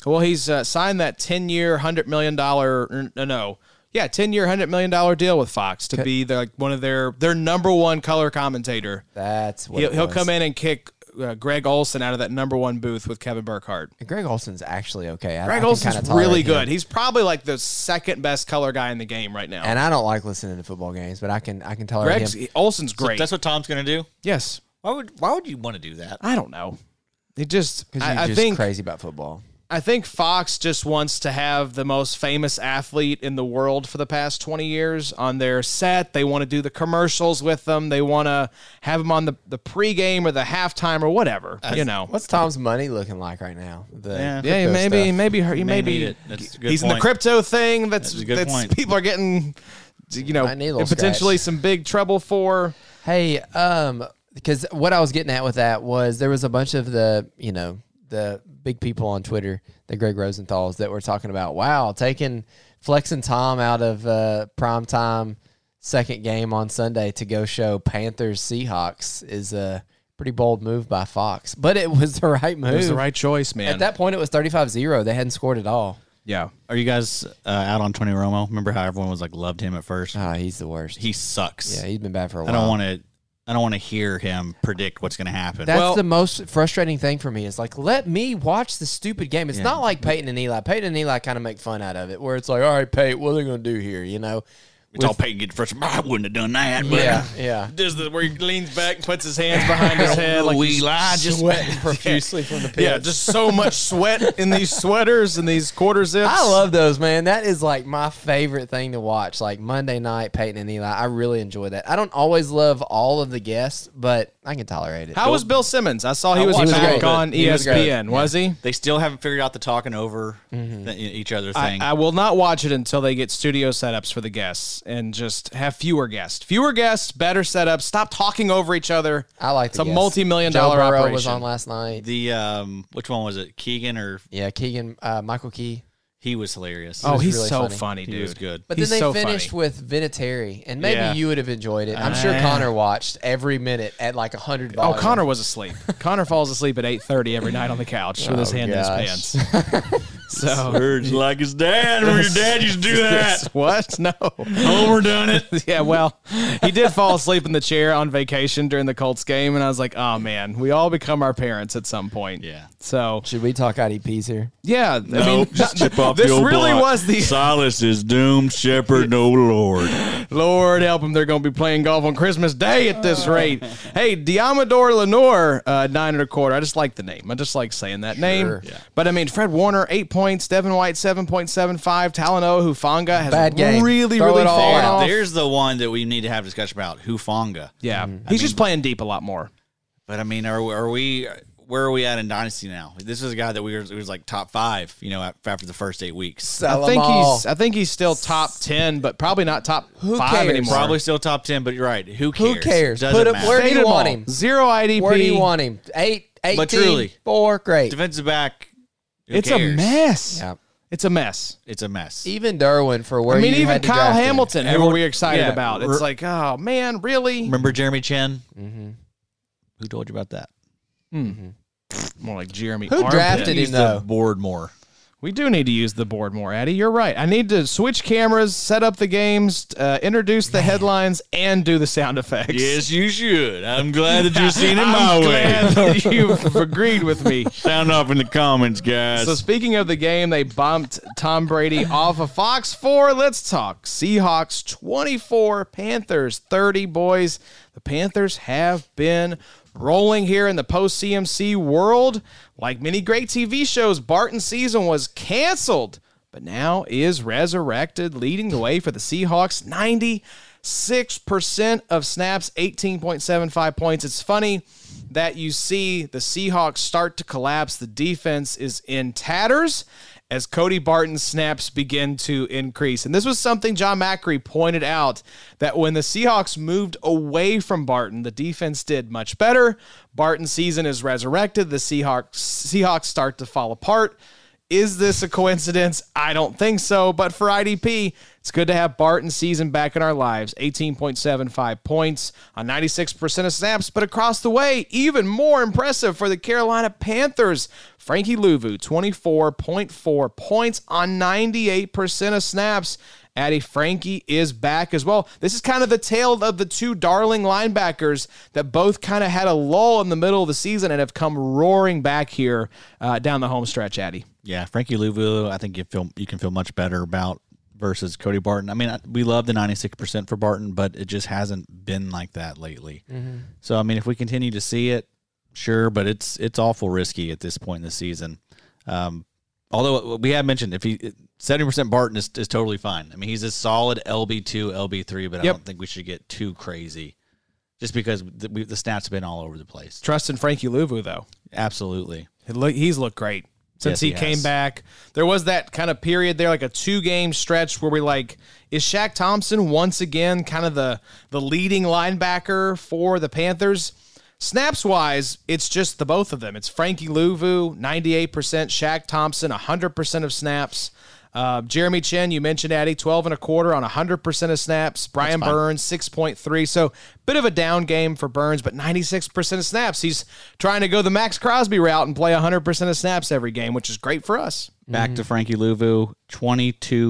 Speaker 1: Well, he's uh, signed that ten-year, hundred million dollar. No, no, yeah, ten-year, hundred million dollar deal with Fox to be the, like one of their their number one color commentator.
Speaker 3: That's what
Speaker 1: He'll,
Speaker 3: it
Speaker 1: he'll
Speaker 3: was.
Speaker 1: come in and kick uh, Greg Olson out of that number one booth with Kevin Burkhardt.
Speaker 3: And Greg Olson's actually okay. I, I
Speaker 1: Greg
Speaker 3: can
Speaker 1: Olson's
Speaker 3: kinda tolerate
Speaker 1: really
Speaker 3: him.
Speaker 1: good. He's probably like the second best color guy in the game right now.
Speaker 3: and I don't like listening to football games, but I can I can tolerate
Speaker 1: Greg's
Speaker 3: him.
Speaker 1: Olson's great.
Speaker 2: That's what Tom's going to do.
Speaker 1: yes,
Speaker 2: Why would Why would you want to do that?
Speaker 1: I don't know. It just
Speaker 3: Because you're
Speaker 1: I, I
Speaker 3: just
Speaker 1: think
Speaker 3: crazy about football.
Speaker 1: I think Fox just wants to have the most famous athlete in the world for the past twenty years on their set. They want to do the commercials with them. They want to have them on the the pregame or the halftime or whatever. you know.
Speaker 3: What's Tom's money looking like right now? The
Speaker 2: Yeah.
Speaker 1: Yeah,
Speaker 3: crypto
Speaker 1: maybe,
Speaker 3: stuff.
Speaker 1: maybe, her-
Speaker 2: may
Speaker 1: maybe,
Speaker 2: need it. That's a good
Speaker 1: he's in the
Speaker 2: point.
Speaker 1: crypto thing. That's,
Speaker 2: That's a good
Speaker 1: that's-
Speaker 2: point.
Speaker 1: People are getting, you know,
Speaker 3: Might need a little
Speaker 1: potentially some big trouble for.
Speaker 3: Hey, um, because what I was getting at with that was there was a bunch of the, you know, the big people on Twitter, the Greg Rosenthal's that were talking about, wow, taking Flex and Tom out of uh, prime time second game on Sunday to go show Panthers Seahawks is a pretty bold move by Fox, but it was the right move.
Speaker 1: It was the right choice, man.
Speaker 3: At that point, it was 35-0. They hadn't scored at all.
Speaker 1: yeah.
Speaker 2: Are you guys uh, out on Tony Romo? Remember how everyone was like loved him at first?
Speaker 3: Ah, he's the worst.
Speaker 2: He sucks.
Speaker 3: yeah, he's been bad for a
Speaker 2: I
Speaker 3: while.
Speaker 2: don't want to. I don't want to hear him predict what's going to happen.
Speaker 3: That's
Speaker 1: Well-
Speaker 3: the most frustrating thing for me is like, let me watch the stupid game. It's not like Peyton and Eli. Peyton and Eli kind of make fun out of it, where it's like, all right, Peyton, what are they going to do here? You know,
Speaker 2: It's all paid get first. I wouldn't have done that. But
Speaker 3: Yeah, yeah.
Speaker 1: Does the where he leans back, and puts his hands behind his head, like
Speaker 2: we
Speaker 1: he's-
Speaker 2: lie. Just
Speaker 3: Sweating profusely from the pits.
Speaker 1: yeah, just so much sweat in these sweaters and these quarter zips.
Speaker 3: I love those, man. That is like my favorite thing to watch. Like Monday night, Peyton and Eli. I really enjoy that. I don't always love all of the guests, but I can tolerate it.
Speaker 1: How was Bill Simmons? I saw he
Speaker 2: I
Speaker 1: was,
Speaker 2: watched
Speaker 1: back
Speaker 3: great.
Speaker 1: on E
Speaker 3: He was great.
Speaker 1: ESPN. Was he?
Speaker 2: they still haven't figured out the talking over th- each other
Speaker 1: Mm-hmm. I,
Speaker 2: thing.
Speaker 1: I will not watch it until they get studio setups for the guests and just have fewer guests. Fewer guests, better setups. Stop talking over each other.
Speaker 3: I like
Speaker 1: It's
Speaker 3: the
Speaker 1: a
Speaker 3: guests.
Speaker 1: multi-million
Speaker 3: Joe
Speaker 1: dollar
Speaker 3: Burrow
Speaker 1: operation.
Speaker 3: was on last night.
Speaker 2: the um, which one was it? Keegan or
Speaker 3: Yeah, Keegan, uh, Michael Key.
Speaker 2: he was hilarious.
Speaker 1: oh,
Speaker 3: was
Speaker 1: he's
Speaker 3: really
Speaker 1: so
Speaker 3: funny.
Speaker 1: funny,
Speaker 2: he
Speaker 1: dude.
Speaker 2: was good.
Speaker 3: But
Speaker 1: He's
Speaker 3: then they
Speaker 1: so
Speaker 3: finished
Speaker 1: funny.
Speaker 3: with Vinatieri, and maybe
Speaker 2: Yeah.
Speaker 3: you would have enjoyed it. I'm sure
Speaker 1: Ah.
Speaker 3: Connor watched every minute at like hundred.
Speaker 1: Oh, Connor was asleep. Connor falls asleep at 8:30 every night on the couch with his
Speaker 2: Oh,
Speaker 1: hand in his
Speaker 3: gosh.
Speaker 1: pants. So
Speaker 2: Birds like his dad. Remember your dad used to do that.
Speaker 1: what? No.
Speaker 2: Homer done it.
Speaker 1: Yeah, well, he did fall asleep in the chair on vacation during the Colts game, and I was like, "Oh man, we all become our parents at some point."
Speaker 2: Yeah.
Speaker 1: So
Speaker 3: Should we talk IDPs here?
Speaker 1: yeah, I mean,
Speaker 2: chip off
Speaker 1: this really was the
Speaker 2: Silas is doomed shepherd, no lord.
Speaker 1: Lord help them. They're going to be playing golf on Christmas Day at this rate. hey, Diamador Lenore, uh, nine and a quarter. I just like the name. I just like saying that name.
Speaker 2: Yeah.
Speaker 1: But I mean, Fred Warner, eight points. Devin White, 7.75. Talanoa Hufanga has
Speaker 3: Bad game.
Speaker 1: really,
Speaker 3: Throw
Speaker 1: really
Speaker 3: it all
Speaker 1: fallen
Speaker 3: out.
Speaker 1: off.
Speaker 2: There's the one that we need to have a discussion about. Hufanga.
Speaker 1: Yeah.
Speaker 3: Mm-hmm.
Speaker 1: He's just playing deep a lot more.
Speaker 2: But I mean, are we- are we where are we at in dynasty now? This is a guy that we were it was like top five, you know, af- after the first eight weeks.
Speaker 3: Sell
Speaker 1: I
Speaker 3: 'em
Speaker 1: think
Speaker 3: all.
Speaker 1: he's I think he's still top 10, but probably not top
Speaker 3: Who
Speaker 1: 5
Speaker 3: cares?
Speaker 1: anymore.
Speaker 2: Probably still top ten, but you're right. Who cares?
Speaker 3: cares?
Speaker 2: Doesn't
Speaker 3: Put him-
Speaker 2: matter.
Speaker 3: where- do
Speaker 1: Fade
Speaker 3: you
Speaker 1: them
Speaker 3: want
Speaker 1: all.
Speaker 3: him?
Speaker 1: Zero IDP.
Speaker 3: Where do you want him? Eight, 18,
Speaker 2: truly.
Speaker 3: four, great.
Speaker 2: defensive back. who
Speaker 1: It's a
Speaker 2: cares?
Speaker 1: mess. E
Speaker 3: Yeah.
Speaker 1: It's a mess.
Speaker 2: It's a mess.
Speaker 3: Even Derwin for where
Speaker 1: I mean,
Speaker 3: you
Speaker 1: even
Speaker 3: had to
Speaker 1: Kyle
Speaker 3: draft him.
Speaker 1: Hamilton, who
Speaker 2: Everyone-
Speaker 1: were we excited
Speaker 2: yeah.
Speaker 1: about? It's
Speaker 2: We're-
Speaker 1: like, oh man, really?
Speaker 2: Remember Jeremy Chen? Mm-hmm. Who told you about that?
Speaker 1: More like Jeremy.
Speaker 3: Who
Speaker 1: Armpit.
Speaker 3: drafted
Speaker 2: Use
Speaker 3: him though?
Speaker 2: the board more.
Speaker 1: We do need to use the board more, Addy. You're right. I need to switch cameras, set up the games, uh, introduce the headlines, and do the sound effects.
Speaker 2: you should. I'm glad that you're seeing
Speaker 1: I'm glad that you've agreed with me.
Speaker 2: Sound off in the comments, guys.
Speaker 1: So speaking of the game, they bumped Tom Brady off of Fox 4. Let's talk Seahawks 24, Panthers 30. Boys, the Panthers have been rolling here in the post CMC world. Like many great TV shows, Barton season was canceled, but now is resurrected, leading the way for the Seahawks 96% of snaps, 18.75 points. It's funny that you see the Seahawks start to collapse. The defense is in tatters as Cody Barton's snaps begin to increase. And this was something John Macri pointed out that when the Seahawks moved away from Barton, the defense did much better. Barton's season is resurrected. The Seahawks Seahawks start to fall apart. Is this a coincidence? I don't think so. But for IDP, it's good to have Barton season back in our lives. 18.75 points on 96% of snaps. But across the way, even more impressive for the Carolina Panthers. Frankie Louvu, 24.4 points on 98% of snaps. Addy Frankie is back as well. This is kind of the tale of the two darling linebackers that both kind of had a lull in the middle of the season and have come roaring back here uh, down the home stretch, Addy.
Speaker 2: Yeah, Frankie Louvu, I think you feel you can feel much better about versus Cody Barton. I mean, I- we love the 96% for Barton, but it just hasn't been like that lately. So, I mean, if we continue to see it, sure, but it's it's awful risky at this point in the season. Um, although we have mentioned if he 70% Barton is, is totally fine. I mean, he's a solid LB2, LB3, but I
Speaker 1: Yep.
Speaker 2: don't think we should get too crazy just because the, we, the stats have been all over the place.
Speaker 1: Trust in Frankie Louvu, though.
Speaker 2: Absolutely.
Speaker 1: He look- He's looked great since
Speaker 2: Yes,
Speaker 1: he,
Speaker 2: he
Speaker 1: came
Speaker 2: has.
Speaker 1: back. There was that kind of period there, like a two game stretch where we like, is Shaq Thompson once again kind of the the leading linebacker for the Panthers? Snaps wise, it's just the both of them. It's Frankie Louvu, 98%, Shaq Thompson, 100% of snaps. Uh, Jeremy Chin, you mentioned Addy, 12 and a quarter on 100% of snaps. Brian Burns, 6.3. So, bit of a down game for Burns, but 96% of snaps. He's trying to go the Max Crosby route and play 100% of snaps every game, which is great for us.
Speaker 2: Back
Speaker 1: Mm-hmm.
Speaker 2: to Frankie Louvu,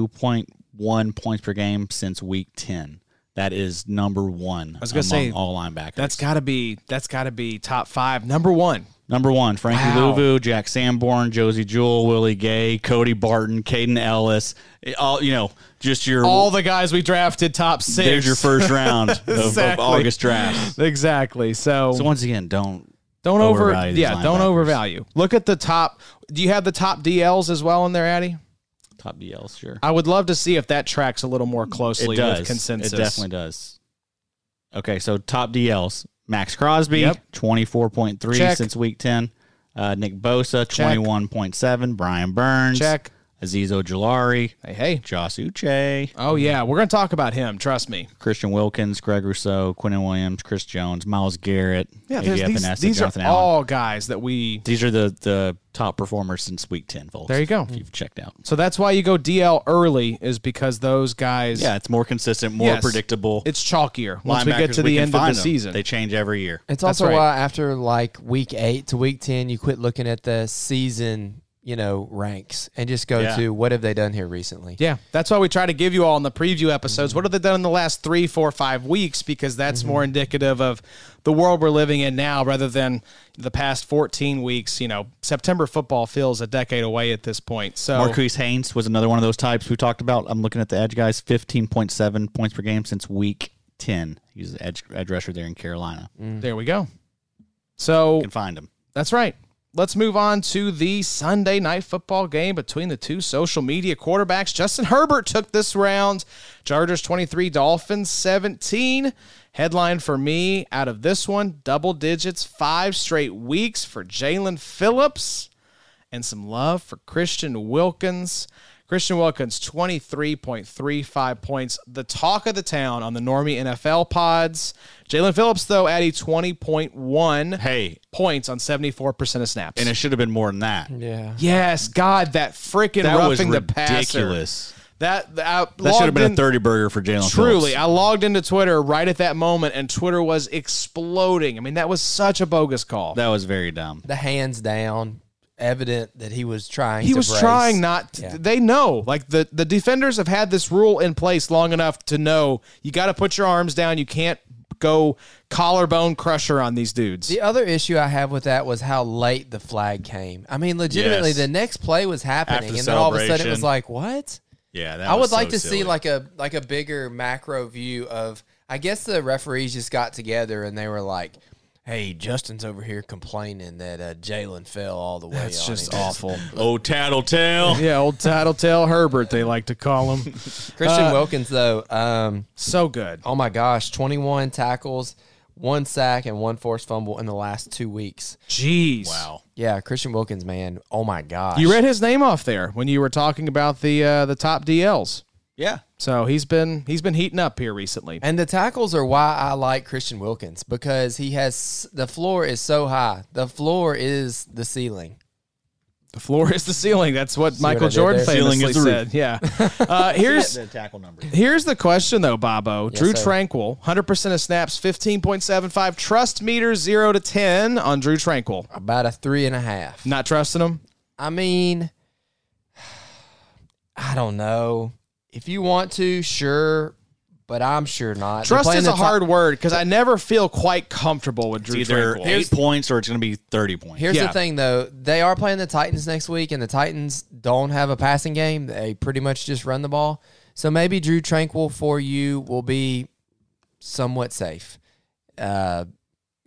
Speaker 2: 22.1 points per game since week 10. That is number one
Speaker 1: was
Speaker 2: among
Speaker 1: gonna say,
Speaker 2: all linebackers.
Speaker 1: That's got to be that's got to be top 5, number 1
Speaker 2: Number one, Frankie
Speaker 3: Wow.
Speaker 2: Louvu, Jack Sanborn, Josie Jewell, Willie Gay, Cody Barton, Caden Ellis. It All you know, just your
Speaker 1: All the guys we drafted top six.
Speaker 2: there's your first round of, of
Speaker 1: Exactly.
Speaker 2: August draft.
Speaker 1: Exactly. So,
Speaker 2: So once again, don't
Speaker 1: don't over.
Speaker 2: overvalue these
Speaker 1: Yeah, don't
Speaker 2: linebackers.
Speaker 1: overvalue. Look at the top. Do you have the top DLs as well in there, Addy?
Speaker 2: top DLs. Sure,
Speaker 1: I would love to see if that tracks a little more
Speaker 2: it
Speaker 1: closely
Speaker 2: does.
Speaker 1: with consensus.
Speaker 2: It definitely does. Okay, so top DLs: Max Crosby,
Speaker 1: Yep.
Speaker 2: twenty four point three
Speaker 1: Check.
Speaker 2: since week ten. Uh, Nick Bosa, twenty one point seven. Brian Burns,
Speaker 1: Check.
Speaker 2: Aziz Ojolari,
Speaker 1: Hey, hey.
Speaker 2: Josh Uche.
Speaker 1: Oh yeah, we're gonna talk about him. Trust me.
Speaker 2: Christian Wilkins, Greg Rousseau, Quentin Williams, Chris Jones, Miles Garrett,
Speaker 1: Yeah,
Speaker 2: AJ
Speaker 1: there's
Speaker 2: Epinesa,
Speaker 1: these, these are
Speaker 2: Jonathan Allen.
Speaker 1: all guys that we.
Speaker 2: these are the, the top performers since week 10, folks.
Speaker 1: There you go.
Speaker 2: If you've checked out.
Speaker 1: So that's why you go DL early is because those guys.
Speaker 2: Yeah, it's more consistent, more
Speaker 1: Yes.
Speaker 2: predictable.
Speaker 1: it's chalkier once we get
Speaker 2: Linebackers,
Speaker 1: to the
Speaker 2: can
Speaker 1: end of the
Speaker 2: find them.
Speaker 1: season.
Speaker 2: They change every year.
Speaker 3: It's
Speaker 1: That's
Speaker 3: also
Speaker 1: right.
Speaker 3: why after like week eight to week ten, you quit looking at the season, you know, ranks and just go
Speaker 2: Yeah.
Speaker 3: to what have they done here recently.
Speaker 1: Yeah, that's why we try to give you all in the preview
Speaker 2: Mhm.
Speaker 1: episodes what have they done in the last three, four, five weeks because that's more indicative of the world we're living in now rather than the past 14 weeks. You know, September football feels a decade away at this point. So
Speaker 2: Marquise Haynes was another one of those types we talked about. I'm looking at the edge guys, 15.7 points per game since week 10. He's an edge, edge rusher there in Carolina.
Speaker 1: there we go. So
Speaker 2: You can find him.
Speaker 1: That's right. Let's move on to the Sunday night football game between the two social media quarterbacks. Justin Herbert took this round. Chargers 23, Dolphins 17. Headline for me out of this one double digits, five straight weeks for Jalen Phillips and some love for Christian Wilkins. Christian Wilkins, 23.35 points, the talk of the town on the Normie NFL pods. Jalen Phillips, though, at a 20.1
Speaker 2: Hey,
Speaker 1: points on 74% of snaps.
Speaker 2: and it should have been more than that.
Speaker 3: Yeah.
Speaker 1: yes, God, that freaking
Speaker 2: That was
Speaker 1: roughing the passer.
Speaker 2: ridiculous.
Speaker 1: That, that, I
Speaker 2: That should have
Speaker 1: logged
Speaker 2: been a
Speaker 1: in-
Speaker 2: 30 burger for Jalen
Speaker 1: Truly,
Speaker 2: Phillips.
Speaker 1: I logged into Twitter right at that moment, and Twitter was exploding. I mean, that was such a bogus call.
Speaker 2: That was very dumb.
Speaker 3: The hands down, evident that he was trying
Speaker 1: he
Speaker 3: to
Speaker 1: was
Speaker 3: brace.
Speaker 1: trying not. To,
Speaker 3: Yeah.
Speaker 1: They know, like the the defenders have had this rule in place long enough to know you got to put your arms down. You can't go collarbone crusher on these dudes.
Speaker 3: The other issue I have with that was how late the flag came. I mean, legitimately,
Speaker 2: Yes.
Speaker 3: the next play was happening,
Speaker 2: After
Speaker 3: and then all of a sudden it was
Speaker 2: celebration.
Speaker 3: like, what?
Speaker 2: Yeah, that
Speaker 3: I would
Speaker 2: was
Speaker 3: like
Speaker 2: so
Speaker 3: to
Speaker 2: silly.
Speaker 3: see like a like a bigger macro view of. I guess the referees just got together and they were like, "Hey, Justin's over here complaining that uh, Jalen fell all the way."
Speaker 1: That's
Speaker 3: on
Speaker 1: just
Speaker 3: him."
Speaker 1: awful.
Speaker 2: oh tattletale.
Speaker 1: yeah, old Tattletale Herbert, they like to call him.
Speaker 3: Christian
Speaker 2: Uh,
Speaker 3: Wilkins though, um,
Speaker 1: so good.
Speaker 3: oh my gosh, twenty one tackles, one sack, and one forced fumble in the last two weeks.
Speaker 1: Jeez.
Speaker 2: Wow.
Speaker 3: Yeah, Christian Wilkins, man. Oh my gosh,
Speaker 1: You read his name off there when you were talking about the uh, the top DLs.
Speaker 2: Yeah.
Speaker 1: So he's been he's been heating up here recently.
Speaker 3: And the tackles are why I like Christian Wilkins because he has the floor is so high. The floor is the ceiling.
Speaker 1: The floor is the ceiling. That's what Michael
Speaker 3: what I did
Speaker 1: Jordan
Speaker 3: there?
Speaker 1: famously
Speaker 2: Ceiling is the
Speaker 1: said.
Speaker 2: roof.
Speaker 1: Yeah. Uh, here's
Speaker 2: tackle number.
Speaker 1: here's the question though, Bobo. Drew
Speaker 3: sir.
Speaker 1: Tranquil, 100% of snaps, 15.75 trust meter 0 to 10 on Drew Tranquil.
Speaker 3: About a three and a half.
Speaker 1: Not trusting him.
Speaker 3: I mean, I don't know. If you want to, sure, but I'm sure not. They're
Speaker 1: Trust
Speaker 3: playing
Speaker 1: is
Speaker 3: the
Speaker 1: a
Speaker 3: top-
Speaker 1: hard word cuz I never feel quite comfortable with Drew
Speaker 2: Either
Speaker 1: Tranquil.
Speaker 2: eight points or it's going to be 30 points.
Speaker 3: Here's
Speaker 1: Yeah.
Speaker 3: the thing, though. They are playing the Titans next week, and the Titans don't have a passing game. They pretty much just run the ball. So maybe Drew Tranquil for you will be somewhat safe. Uh,